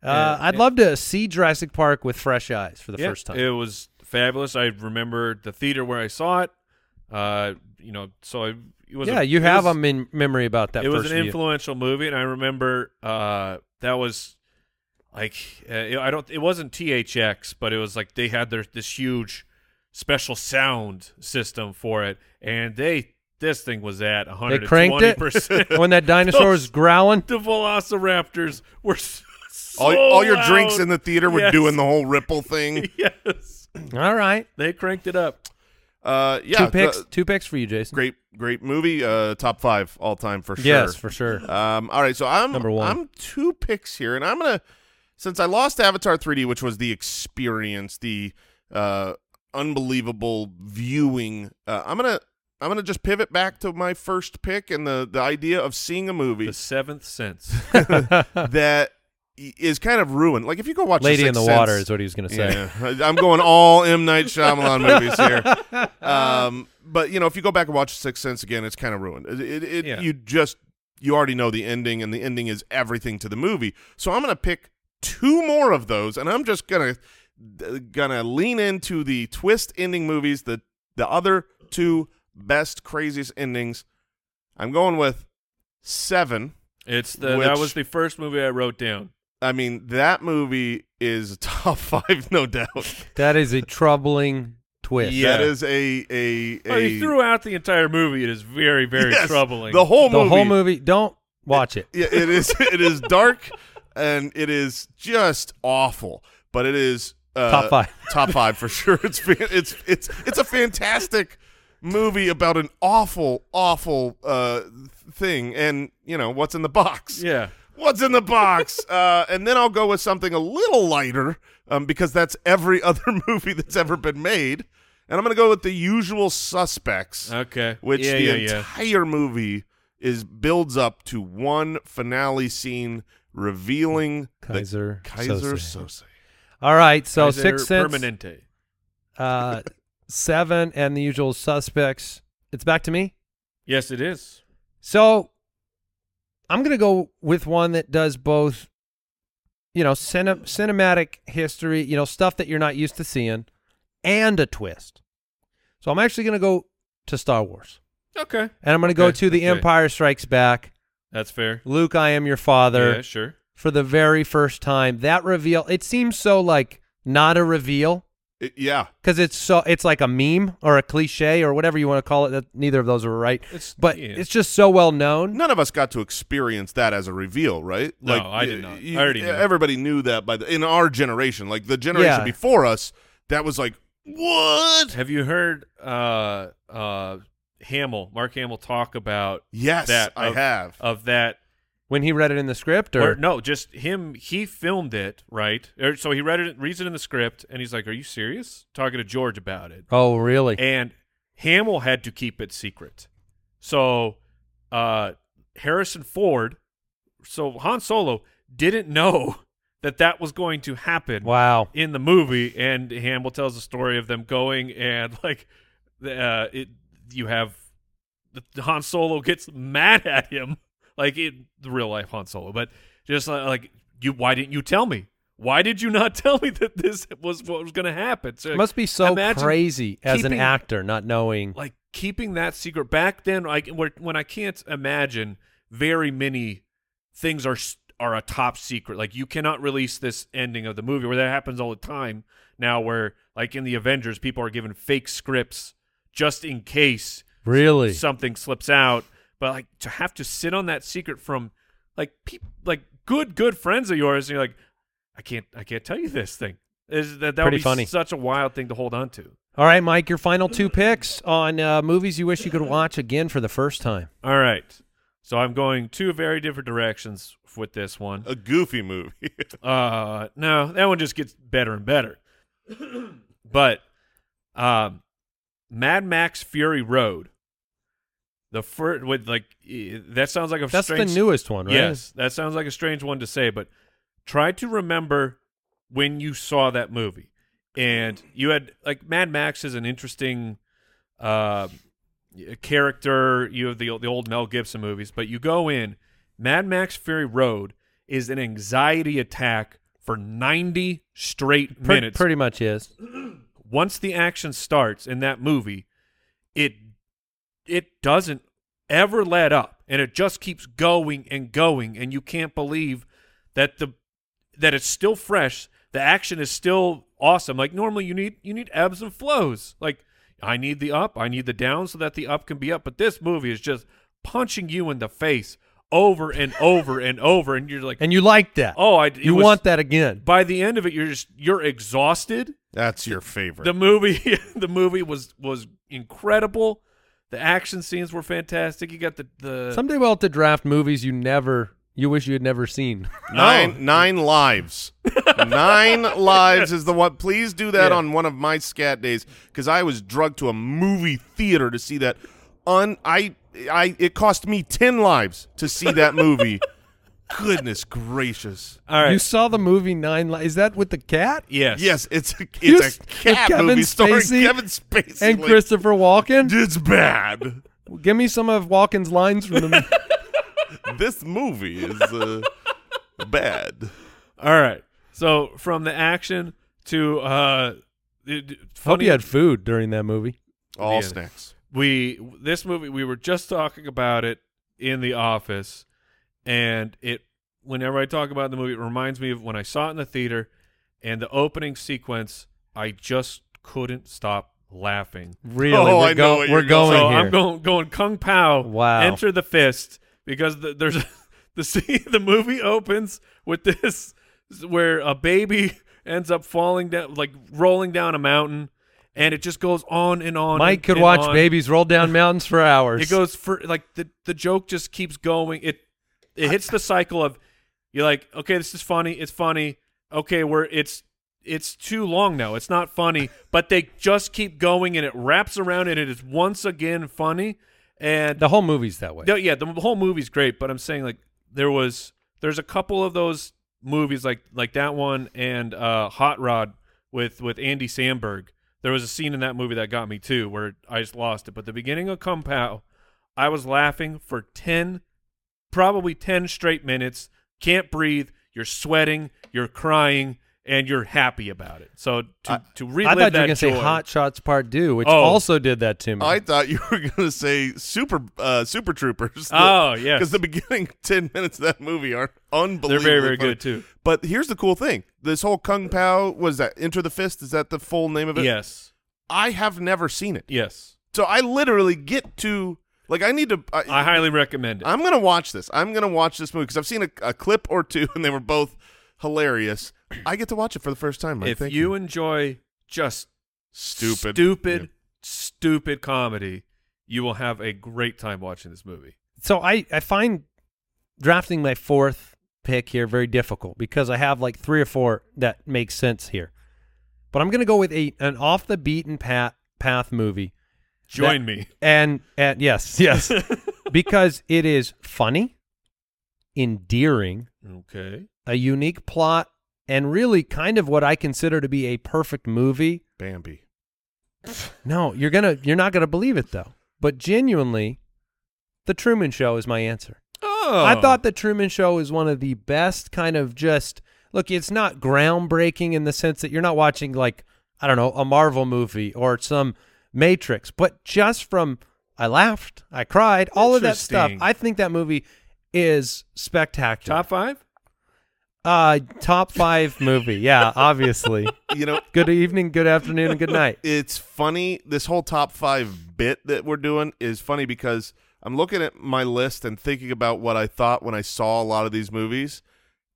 Speaker 4: Uh,
Speaker 2: Yeah,
Speaker 4: I'd
Speaker 2: it-
Speaker 4: love to see Jurassic Park with fresh eyes for the
Speaker 2: Yeah,
Speaker 4: first time.
Speaker 2: It was fabulous. I remember the theater where I saw it. Uh, you know, so I, it was.
Speaker 4: yeah,
Speaker 2: a-
Speaker 4: you
Speaker 2: it
Speaker 4: have
Speaker 2: was,
Speaker 4: a mem- memory about that.
Speaker 2: It was
Speaker 4: first
Speaker 2: an
Speaker 4: view.
Speaker 2: influential movie, and I remember uh, that was like uh, it- I don't. It wasn't THX, but it was like they had their this huge special sound system for it, and they this thing was at one
Speaker 4: They
Speaker 2: hundred
Speaker 4: cranked
Speaker 2: twenty
Speaker 4: it
Speaker 2: percent.
Speaker 4: when that dinosaur was growling.
Speaker 2: the Velociraptors were so
Speaker 3: all all your
Speaker 2: loud.
Speaker 3: drinks in the theater were
Speaker 2: Yes.
Speaker 3: doing the whole ripple thing.
Speaker 2: yes.
Speaker 4: All right.
Speaker 2: They cranked it up.
Speaker 3: Uh, yeah,
Speaker 4: two picks,
Speaker 3: the-
Speaker 4: two picks for you, Jason.
Speaker 3: great great movie. Uh, top five all time for sure.
Speaker 4: Yes, for sure.
Speaker 3: Um, all right, so I'm
Speaker 4: Number one.
Speaker 3: I'm two picks here, and I'm gonna since I lost Avatar 3D, which was the experience, the uh, unbelievable viewing. Uh, I'm gonna I'm gonna just pivot back to my first pick and the the idea of seeing a movie
Speaker 2: The Seventh Sense.
Speaker 3: that i- is kind of ruined. Like if you go watch
Speaker 4: Lady in the
Speaker 3: Sixth
Speaker 4: Water
Speaker 3: Sense-
Speaker 4: is what he was going to say.
Speaker 3: yeah, I'm going all M Night Shyamalan movies here. Um, but you know, if you go back and watch Sixth Sense again, it's kind of ruined. It, it, it-
Speaker 2: Yeah.
Speaker 3: you just you already know the ending, and the ending is everything to the movie. So I'm gonna pick two more of those, and I'm just gonna gonna lean into the twist ending movies, the the other two best craziest endings. I'm going with seven.
Speaker 2: It's the
Speaker 3: Which-
Speaker 2: that was the first movie I wrote down.
Speaker 3: I mean, that movie is top five, no doubt.
Speaker 4: That is a troubling twist.
Speaker 2: Yeah. Oh,
Speaker 3: That is a a, a
Speaker 2: I mean, throughout the entire movie, it is very very
Speaker 3: Yes,
Speaker 2: troubling.
Speaker 3: The whole
Speaker 4: the
Speaker 3: movie.
Speaker 4: whole movie. Don't watch it.
Speaker 3: Yeah, it is. It is dark, and it is just awful. But it is uh,
Speaker 4: Top five.
Speaker 3: Top five for sure. It's fan- it's it's it's a fantastic movie about an awful awful uh thing, and you know what's in the box.
Speaker 2: yeah,
Speaker 3: What's in the box? uh, and then I'll go with something a little lighter um, because that's every other movie that's ever been made. And I'm going to go with the usual suspects
Speaker 2: okay,
Speaker 3: which
Speaker 2: yeah,
Speaker 3: the
Speaker 2: yeah, yeah.
Speaker 3: entire movie is builds up to one finale scene revealing
Speaker 4: Kaiser
Speaker 3: the Kaiser
Speaker 4: Soze.
Speaker 3: Soze.
Speaker 4: All right. So
Speaker 2: Kaiser
Speaker 4: six sense.
Speaker 2: Permanente.
Speaker 4: Uh, seven and the usual suspects. It's back to me.
Speaker 2: Yes, it is.
Speaker 4: So I'm going to go with one that does both, you know, cine- cinematic history, you know, stuff that you're not used to seeing, and a twist. So I'm actually going to go to Star Wars.
Speaker 2: Okay.
Speaker 4: And I'm going to go
Speaker 2: Okay,
Speaker 4: to The
Speaker 2: okay.
Speaker 4: Empire Strikes Back.
Speaker 2: That's fair.
Speaker 4: Luke, I am your father.
Speaker 2: Yeah, sure.
Speaker 4: For the very first time, that reveal, it seems so like not a reveal
Speaker 3: It- yeah.
Speaker 4: because it's so it's like a meme or a cliche or whatever you want to call it. That neither of those are right,
Speaker 2: It's-
Speaker 4: but
Speaker 2: yeah.
Speaker 4: it's just so well known.
Speaker 3: None of us got to experience that as a reveal, right?
Speaker 2: No, I did not. I already knew.
Speaker 3: Everybody knew that by the in our generation, like the generation
Speaker 4: Yeah.
Speaker 3: before us, that was like what?
Speaker 2: Have you heard uh uh Hamill, Mark Hamill talk about
Speaker 3: Yes,
Speaker 2: that
Speaker 3: I
Speaker 2: of-
Speaker 3: have.
Speaker 2: of that
Speaker 4: When he read it in the script, or,
Speaker 2: Or, no, just him. He filmed it, right? Or, so he read it, reads it in the script, and he's like, "Are you serious?" Talking to George about it,
Speaker 4: oh really?
Speaker 2: and Hamill had to keep it secret. So uh, Harrison Ford, so Han Solo didn't know that that was going to happen
Speaker 4: wow,
Speaker 2: in the movie, and Hamill tells the story of them going and like, the, uh, it you have the Han Solo gets mad at him, like in the real life Han Solo, but just li- like you, why didn't you tell me? Why did you not tell me that this was what was going to happen? So,
Speaker 4: it must be so
Speaker 2: imagine
Speaker 4: crazy as an
Speaker 2: keeping-
Speaker 4: actor not knowing.
Speaker 2: like keeping that secret back then like where- when i can't imagine very many things are s- are a top secret like you cannot release this ending of the movie where that happens all the time now where like in the avengers people are given fake scripts just in case
Speaker 4: Really?
Speaker 2: something slips out but like to have to sit on that secret from like peop like good good friends of yours and you're like i can't i can't tell you this thing is that that would
Speaker 4: Pretty
Speaker 2: be
Speaker 4: funny.
Speaker 2: such a wild thing to hold on to
Speaker 4: All right, Mike, your final two picks on uh, movies you wish you could watch again for the first time.
Speaker 2: All right. So I'm going two very different directions with this one.
Speaker 3: A goofy movie.
Speaker 2: Uh no, that one just gets better and better. but um Mad Max Fury Road. The first with like eh, that sounds like a
Speaker 4: That's
Speaker 2: strange
Speaker 4: the newest one, right?
Speaker 2: Yes, that sounds like a strange one to say, but try to remember when you saw that movie. And you had like Mad Max is an interesting uh, character. You have the the old Mel Gibson movies, but you go in Mad Max Fury Road is an anxiety attack for ninety straight
Speaker 4: Pre-
Speaker 2: minutes
Speaker 4: pretty much is.
Speaker 2: once the action starts in that movie, it it doesn't ever let up and it just keeps going and going and you can't believe that the that it's still fresh, the action is still awesome. Like normally you need you need ebbs and flows. Like I need the up, I need the down so that the up can be up, but this movie is just punching you in the face over and over and over and you're like
Speaker 4: And you like that.
Speaker 2: oh I it
Speaker 4: you
Speaker 2: was-
Speaker 4: want that again.
Speaker 2: by the end of it you're just you're exhausted
Speaker 3: That's your favorite.
Speaker 2: the movie, the movie was was incredible. The action scenes were fantastic. You got the the
Speaker 4: Someday we'll have to draft movies you never, you wish you had never seen.
Speaker 3: Nine nine lives. nine lives is the one. Please do that
Speaker 2: Yeah.
Speaker 3: on one of my scat days because I was drugged to a movie theater to see that. Un, I I it cost me ten lives to see that movie. Goodness gracious!
Speaker 2: all right.
Speaker 4: You saw the movie Nine Lives. Is that with the cat?
Speaker 2: yes,
Speaker 3: Yes, it's a,
Speaker 4: You
Speaker 3: it's
Speaker 4: s-
Speaker 3: a
Speaker 4: with
Speaker 3: cat
Speaker 4: Kevin
Speaker 3: movie starring
Speaker 4: Spacey
Speaker 3: Kevin Spacey
Speaker 4: And
Speaker 3: like,
Speaker 4: Christopher Walken?
Speaker 3: It's bad.
Speaker 4: Give me some of Walken's lines from the movie.
Speaker 3: this movie is uh, bad.
Speaker 2: All right. So from the action to uh, it,
Speaker 4: Hope
Speaker 2: funny.
Speaker 4: you had food during that movie.
Speaker 3: All
Speaker 2: Yeah.
Speaker 3: snacks.
Speaker 2: we this movie we were just talking about it in the office, and it whenever I talk about the movie, it reminds me of when I saw it in the theater, and the opening sequence. I just couldn't stop laughing.
Speaker 4: Really?
Speaker 3: Oh,
Speaker 4: we're
Speaker 3: I know
Speaker 4: go-
Speaker 3: what
Speaker 4: we're
Speaker 3: you're gonna
Speaker 4: going
Speaker 3: say.
Speaker 2: so
Speaker 4: here.
Speaker 2: I'm going going kung pao.
Speaker 4: Wow.
Speaker 2: Enter the fist because the, there's the scene, the movie opens with this where a baby ends up falling down like rolling down a mountain and it just goes on and on.
Speaker 4: Mike
Speaker 2: and-
Speaker 4: could
Speaker 2: and
Speaker 4: watch
Speaker 2: on.
Speaker 4: babies roll down mountains for hours.
Speaker 2: It goes for like the the joke just keeps going. It it hits the cycle of you're like, okay, this is funny. It's funny. Okay, we're it's it's too long now. It's not funny, but they just keep going and it wraps around and it is once again funny. And
Speaker 4: the whole movie's that way.
Speaker 2: no, yeah, the whole movie's great, but I'm saying like there was there's a couple of those movies like like that one and uh Hot Rod with with Andy Samberg There was a scene in that movie that got me too, where I just lost it. But the beginning of Kung Pao, I was laughing for ten, probably ten straight minutes. Can't breathe. You're sweating. You're crying, and you're happy about it. So to to relive
Speaker 4: I
Speaker 2: that
Speaker 4: thought you were gonna
Speaker 2: joy,
Speaker 4: say Hot Shots Part Two, which
Speaker 2: Oh.
Speaker 4: also did that to me.
Speaker 3: I
Speaker 2: Mm-hmm.
Speaker 3: thought you were going to say super uh, super troopers.
Speaker 2: Oh, yes.
Speaker 3: because the beginning ten minutes of that movie are unbelievable.
Speaker 2: they're very very good too.
Speaker 3: But here's the cool thing: this whole Kung Pao was that Enter the Fist. Is that the full name of it?
Speaker 2: Yes,
Speaker 3: I have never seen it,
Speaker 2: yes.
Speaker 3: so I literally get to like I need to.
Speaker 2: I highly recommend it.
Speaker 3: I'm gonna watch this. I'm gonna watch this movie because I've seen a, a clip or two, and they were both hilarious. I get to watch it for the first time. Mike.
Speaker 2: if
Speaker 3: Thank
Speaker 2: you enjoy just
Speaker 3: stupid,
Speaker 2: stupid, stupid comedy, you will have a great time watching this movie.
Speaker 4: so I, I find drafting my fourth pick here very difficult because I have like three or four that make sense here. But I'm going to go with a an off the beaten path path movie.
Speaker 2: Join
Speaker 4: that-
Speaker 2: me.
Speaker 4: And and yes, yes. because it is funny, endearing,
Speaker 2: Okay.
Speaker 4: a unique plot and really kind of what I consider to be a perfect movie.
Speaker 3: Bambi.
Speaker 4: No, you're going to you're not going to believe it though. But genuinely, The Truman Show is my answer.
Speaker 2: Oh,
Speaker 4: I thought the Truman Show is one of the best kind of just look. It's not groundbreaking in the sense that you're not watching like I don't know a Marvel movie or some Matrix, but just from I laughed, I cried, all of that stuff.
Speaker 2: Interesting.
Speaker 4: I think that movie is spectacular.
Speaker 2: top five.
Speaker 4: uh, top five movie. Yeah, obviously.
Speaker 3: You know,
Speaker 4: Good evening, good afternoon, and good night.
Speaker 3: it's funny. This whole top five bit that we're doing is funny because I'm looking at my list and thinking about what I thought when I saw a lot of these movies.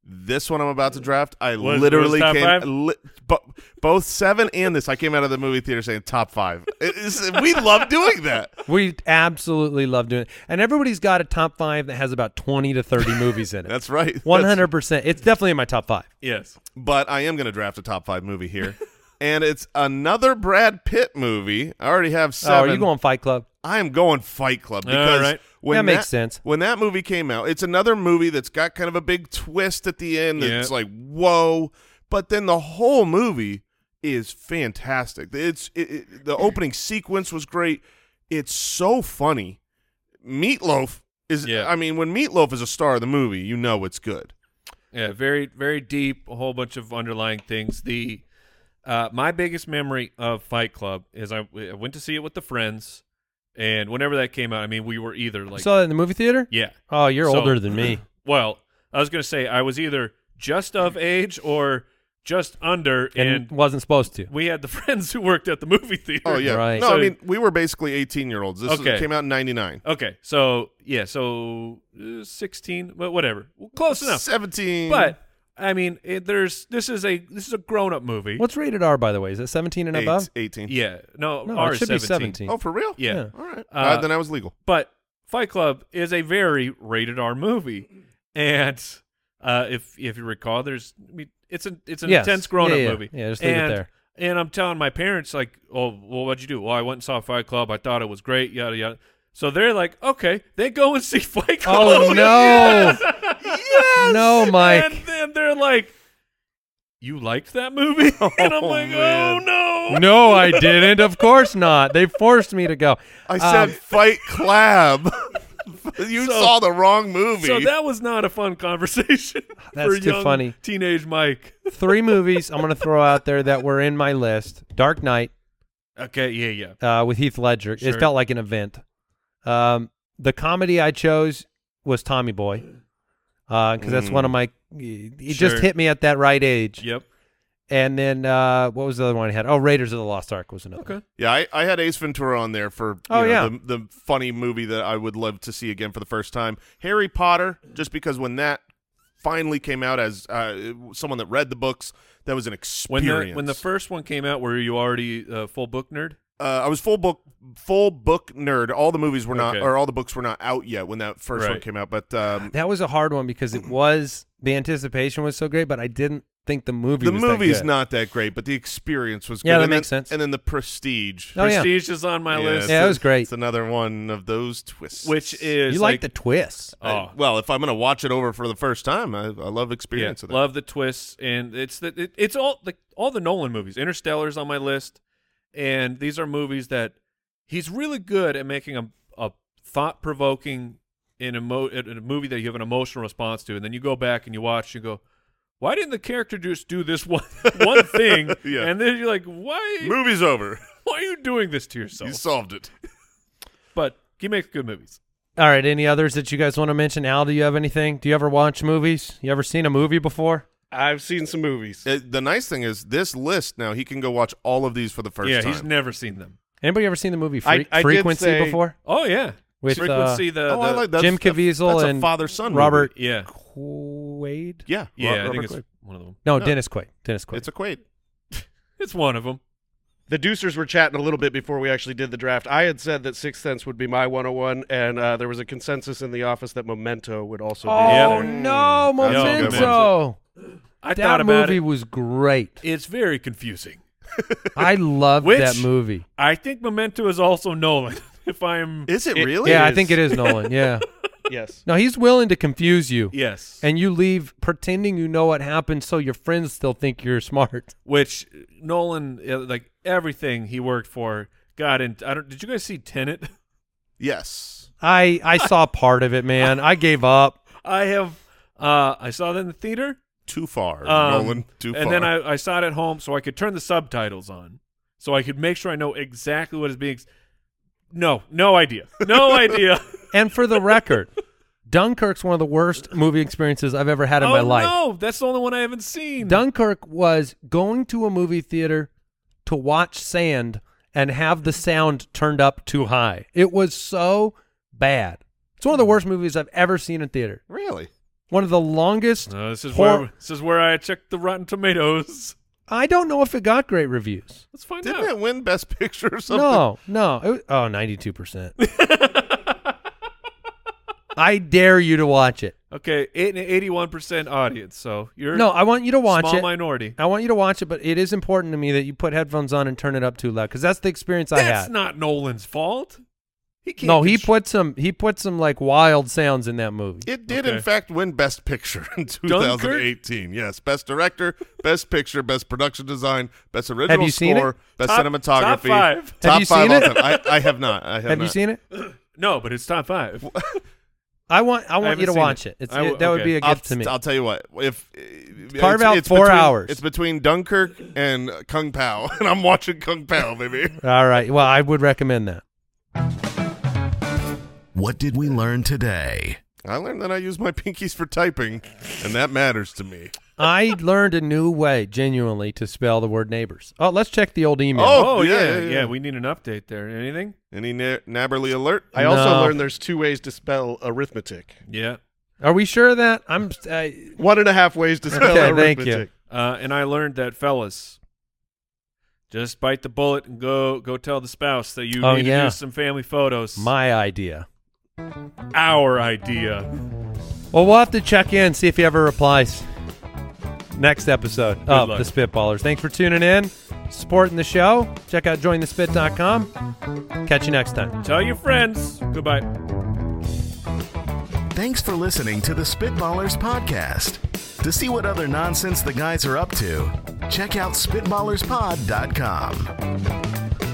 Speaker 3: This one I'm about to draft, I
Speaker 2: Was-
Speaker 3: literally
Speaker 2: was top
Speaker 3: came.
Speaker 2: five?
Speaker 3: Li- bo- both seven and this, I came out of the movie theater saying top five. It is- we love doing that.
Speaker 4: We absolutely love doing it, and everybody's got a top five that has about twenty to thirty movies in it.
Speaker 3: That's right. That's-
Speaker 4: one hundred percent. It's definitely in my top five.
Speaker 2: Yes.
Speaker 3: but I am going to draft a top five movie here, and it's another Brad Pitt movie. I already have seven.
Speaker 4: Oh, are you going Fight Club?
Speaker 3: I am going Fight Club
Speaker 2: All
Speaker 3: because
Speaker 2: right.
Speaker 3: when
Speaker 4: That makes sense.
Speaker 3: When that movie came out, it's another movie that's got kind of a big twist at the end. It's
Speaker 2: Yeah.
Speaker 3: like whoa, but then the whole movie is fantastic. It's it, it, the opening sequence was great. It's so funny. Meatloaf is.
Speaker 2: Yeah.
Speaker 3: I mean, when Meatloaf is a star of the movie, you know it's good.
Speaker 2: Yeah. Very very deep. A whole bunch of underlying things. The uh, my biggest memory of Fight Club is I, I went to see it with the friends, and whenever that came out, I mean we were either like
Speaker 4: you saw that in the movie theater?
Speaker 2: yeah.
Speaker 4: Oh, you're
Speaker 2: So-
Speaker 4: older than me.
Speaker 2: Well, I was gonna say I was either just of age or just under,
Speaker 4: And,
Speaker 2: and,
Speaker 4: wasn't supposed to.
Speaker 2: we had the friends who worked at the movie theater.
Speaker 3: Oh yeah.
Speaker 4: Right.
Speaker 3: No,
Speaker 2: So-
Speaker 3: I mean we were basically 18 year olds. This was-
Speaker 2: Okay.
Speaker 3: came out in 99.
Speaker 2: Okay, so yeah, so uh, sixteen, but whatever, well, close enough.
Speaker 3: 17.
Speaker 2: But I mean, it, there's this is a this is a grown up movie.
Speaker 4: What's rated R, by the way? Is it 17 and
Speaker 3: Eight- Oh,
Speaker 4: above?
Speaker 3: 18.
Speaker 2: Yeah, no,
Speaker 4: No,
Speaker 2: R
Speaker 4: it
Speaker 2: is
Speaker 4: should
Speaker 2: 17.
Speaker 4: be 17.
Speaker 3: Oh, for real?
Speaker 2: Yeah.
Speaker 4: Yeah.
Speaker 3: All right.
Speaker 2: Uh,
Speaker 3: Uh, then I was legal.
Speaker 2: but Fight Club is a very rated R movie, and uh, if if you recall, there's I mean, it's an it's an
Speaker 4: Yes.
Speaker 2: intense grown up
Speaker 4: Yeah, yeah,
Speaker 2: movie.
Speaker 4: yeah, just leave it
Speaker 2: and,
Speaker 4: there.
Speaker 2: And I'm telling my parents like, oh, well, what'd you do? Well, I went and saw Fight Club. I thought it was great. Yada yada. So they're like, okay, they go and see Fight Club.
Speaker 4: Oh, no. No, Mike.
Speaker 2: And then they're like, you liked that movie? And I'm
Speaker 3: Oh,
Speaker 2: like,
Speaker 3: man.
Speaker 2: oh no.
Speaker 4: no, I didn't. Of course not. They forced me to go.
Speaker 3: I said
Speaker 4: Um,
Speaker 3: Fight Club. you
Speaker 2: So-
Speaker 3: saw the wrong movie.
Speaker 2: So that was not a fun conversation for
Speaker 4: That's too
Speaker 2: young
Speaker 4: funny.
Speaker 2: teenage Mike.
Speaker 4: three movies I'm going to throw out there that were in my list Dark Knight
Speaker 2: Okay, yeah, yeah.
Speaker 4: uh, with Heath Ledger.
Speaker 2: Sure.
Speaker 4: It felt like an event. Um, the comedy I chose was Tommy Boy because that's
Speaker 3: Mm.
Speaker 4: one of my. It
Speaker 2: Sure.
Speaker 4: just hit me at that right age.
Speaker 2: Yep.
Speaker 4: And then uh, what was the other one I had? Oh, Raiders of the Lost Ark was another.
Speaker 2: Okay.
Speaker 4: one.
Speaker 3: yeah, I, I had Ace Ventura on there for you
Speaker 4: Oh,
Speaker 3: know,
Speaker 4: yeah.
Speaker 3: the, the funny movie that I would love to see again for the first time. Harry Potter, just because when that finally came out as uh, someone that read the books, that was an
Speaker 2: When
Speaker 3: experience.
Speaker 2: the, when the first one came out, were you already uh, full book nerd?
Speaker 3: uh, I was full book full book nerd. All the movies were not,
Speaker 2: Okay.
Speaker 3: or all the books were not out yet when that first one
Speaker 2: Right.
Speaker 3: came out. But um,
Speaker 4: That was a hard one because it was the anticipation was so great, but I didn't think the movie.
Speaker 3: the
Speaker 4: was that
Speaker 3: movie's
Speaker 4: good.
Speaker 3: not that great, but the experience was good.
Speaker 4: Yeah, that
Speaker 3: and then-
Speaker 4: makes sense.
Speaker 3: And then the Prestige.
Speaker 4: Oh, yeah.
Speaker 2: Prestige is on my
Speaker 3: Yeah,
Speaker 2: list,
Speaker 3: it's
Speaker 4: Yeah, it was
Speaker 3: a-
Speaker 4: great.
Speaker 3: It's another one of those twists.
Speaker 2: which is
Speaker 4: You like, the twists.
Speaker 2: oh,
Speaker 3: I- well, if I'm gonna watch it over for the first time, I, I love
Speaker 2: yeah,
Speaker 3: experience of that.
Speaker 2: love the twists, and it's the it, it's all the all the Nolan movies. Interstellar's on my list, and these are movies that he's really good at making a, a thought provoking in a, mo- in a movie that you have an emotional response to, and then you go back and you watch and you go, why didn't the character just do this one one thing?
Speaker 3: Yeah.
Speaker 2: And then you're like, why
Speaker 3: Movie's over.
Speaker 2: why are you doing this to yourself?
Speaker 3: You solved it.
Speaker 2: but he makes good movies.
Speaker 4: All right. Any others that you guys want to mention? Al, do you have anything? Do you ever watch movies? You ever seen a movie before?
Speaker 5: I've seen some movies.
Speaker 3: Uh, the nice thing is this list now he can go watch all of these for the first
Speaker 2: yeah,
Speaker 3: time.
Speaker 2: he's never seen them.
Speaker 4: Anybody ever seen the movie
Speaker 5: I-
Speaker 4: Fre-
Speaker 5: I did
Speaker 4: Frequency
Speaker 5: say-
Speaker 4: before?
Speaker 2: Oh yeah,
Speaker 4: With,
Speaker 2: frequency
Speaker 4: uh,
Speaker 2: the,
Speaker 3: oh, I
Speaker 2: the-
Speaker 3: like that's,
Speaker 4: Jim
Speaker 3: that-
Speaker 4: Caviezel
Speaker 3: that's
Speaker 4: and
Speaker 3: a father-son movie.
Speaker 4: Robert
Speaker 2: yeah
Speaker 4: Quaid.
Speaker 3: Yeah,
Speaker 2: yeah.
Speaker 3: Ro-
Speaker 2: I think
Speaker 3: Robert
Speaker 2: it's
Speaker 3: Quaid.
Speaker 2: one of them.
Speaker 4: No,
Speaker 3: No.
Speaker 4: Dennis Quaid. Dennis Quaid.
Speaker 3: It's a Quaid.
Speaker 2: It's one of them.
Speaker 5: The Deucers were chatting a little bit before we actually did the draft. I had said that Sixth Sense would be my 101, and uh, there was a consensus in the office that Memento would also be. in
Speaker 4: oh
Speaker 5: there.
Speaker 4: no,
Speaker 3: That's a good
Speaker 4: Memento.
Speaker 2: I thought
Speaker 4: That
Speaker 2: about
Speaker 4: movie
Speaker 2: it.
Speaker 4: was great.
Speaker 2: It's very confusing.
Speaker 4: I loved
Speaker 2: Which-
Speaker 4: that movie.
Speaker 2: I think Memento is also Nolan. If I'm
Speaker 3: Is it,
Speaker 5: It-
Speaker 3: really?
Speaker 4: Yeah, I
Speaker 5: is.
Speaker 4: think it is Nolan. Yeah.
Speaker 5: Yes.
Speaker 4: No, he's willing to confuse you.
Speaker 2: yes,
Speaker 4: And you leave pretending you know what happened so your friends still think you're smart.
Speaker 2: which Nolan uh, like everything he worked for got in. I don't. Did you guys see Tenet?
Speaker 3: Yes.
Speaker 4: I I saw part of it, man. I gave up.
Speaker 2: I have. Uh, I saw that in the theater.
Speaker 3: Too far,
Speaker 2: Um,
Speaker 3: Nolan. Too far.
Speaker 2: and then I, I saw it at home, so I could turn the subtitles on, so I could make sure I know exactly what is being. s- No, no idea, no idea.
Speaker 4: And for the record, Dunkirk's one of the worst movie experiences I've ever had in
Speaker 2: oh,
Speaker 4: my life.
Speaker 2: No, that's the only one I haven't seen.
Speaker 4: Dunkirk was going to a movie theater to watch sand and have the sound turned up too high. It was so bad. It's one of the worst movies I've ever seen in theater.
Speaker 3: really?
Speaker 4: One of the longest.
Speaker 2: No, Uh, this is
Speaker 4: hor-
Speaker 2: where this is where I checked the Rotten Tomatoes.
Speaker 4: I don't know if it got great reviews.
Speaker 2: Let's find
Speaker 3: Didn't
Speaker 2: out.
Speaker 3: it win Best Picture or something?
Speaker 4: No, no. It was, oh, 92%. I dare you to watch it.
Speaker 2: Okay, eighty-one percent audience. So you're
Speaker 4: No, I want you to watch
Speaker 2: small
Speaker 4: it.
Speaker 2: minority.
Speaker 4: I want you to watch it, but it is important to me that you put headphones on and turn it up too loud because that's the experience I
Speaker 2: That's
Speaker 4: had.
Speaker 2: not Nolan's fault. He can't.
Speaker 4: no, he
Speaker 2: contr-
Speaker 4: put some he put some like wild sounds in that movie.
Speaker 3: It did, in
Speaker 2: Okay.
Speaker 3: fact, win Best Picture in 2018. Yes, Best Director, Best Picture, Best Production Design, Best Original
Speaker 4: you seen
Speaker 3: Score,
Speaker 4: it?
Speaker 3: Best
Speaker 2: Top-
Speaker 3: Cinematography.
Speaker 2: top five.
Speaker 3: Top
Speaker 4: Have you
Speaker 3: five
Speaker 4: seen
Speaker 3: all
Speaker 4: it?
Speaker 3: time. I, I have not. I have,
Speaker 4: Have you
Speaker 3: not.
Speaker 4: seen it?
Speaker 2: No, but it's top five.
Speaker 3: Oh,
Speaker 4: I want I
Speaker 2: I
Speaker 4: want
Speaker 2: haven't
Speaker 4: you to
Speaker 2: seen
Speaker 4: watch
Speaker 2: it.
Speaker 4: it. It's,
Speaker 2: I w-
Speaker 4: it- that would
Speaker 2: okay.
Speaker 4: be a
Speaker 3: I'll,
Speaker 4: gift to me.
Speaker 3: I'll tell you what. If
Speaker 4: Carve
Speaker 3: it's,
Speaker 4: out
Speaker 3: it's
Speaker 4: four
Speaker 3: between-
Speaker 4: hours.
Speaker 3: It's between Dunkirk and Kung Pao, and I'm watching Kung Pao, baby.
Speaker 4: All right. Well, I would recommend that.
Speaker 1: What did we learn today?
Speaker 3: I learned that I use my pinkies for typing, and that matters to me.
Speaker 4: I learned a new way, genuinely, to spell the word neighbors. Oh, let's check the old email.
Speaker 3: Oh, yeah,
Speaker 2: yeah,
Speaker 3: yeah, yeah.
Speaker 2: We need an update there. Anything?
Speaker 3: Any na- nabberly alert?
Speaker 5: I also
Speaker 4: No.
Speaker 5: learned there's two ways to spell arithmetic.
Speaker 2: Yeah.
Speaker 4: Are we sure of that? I'm. Uh,
Speaker 5: One and a half ways to spell
Speaker 4: Okay, thank
Speaker 5: arithmetic.
Speaker 4: you.
Speaker 2: Uh, and I learned that, fellas, just bite the bullet and go go tell the spouse that you
Speaker 4: Oh,
Speaker 2: need to
Speaker 4: yeah.
Speaker 2: do some family photos.
Speaker 4: my idea.
Speaker 2: Our idea.
Speaker 4: Well, we'll have to check in see if he ever replies. Next episode of
Speaker 2: luck.
Speaker 4: the Spitballers. Thanks for tuning in, supporting the show. Check out jointhespit.com. Catch you next time.
Speaker 2: Tell your friends. Goodbye.
Speaker 1: Thanks for listening to the Spitballers Podcast. To see what other nonsense the guys are up to, check out SpitballersPod.com.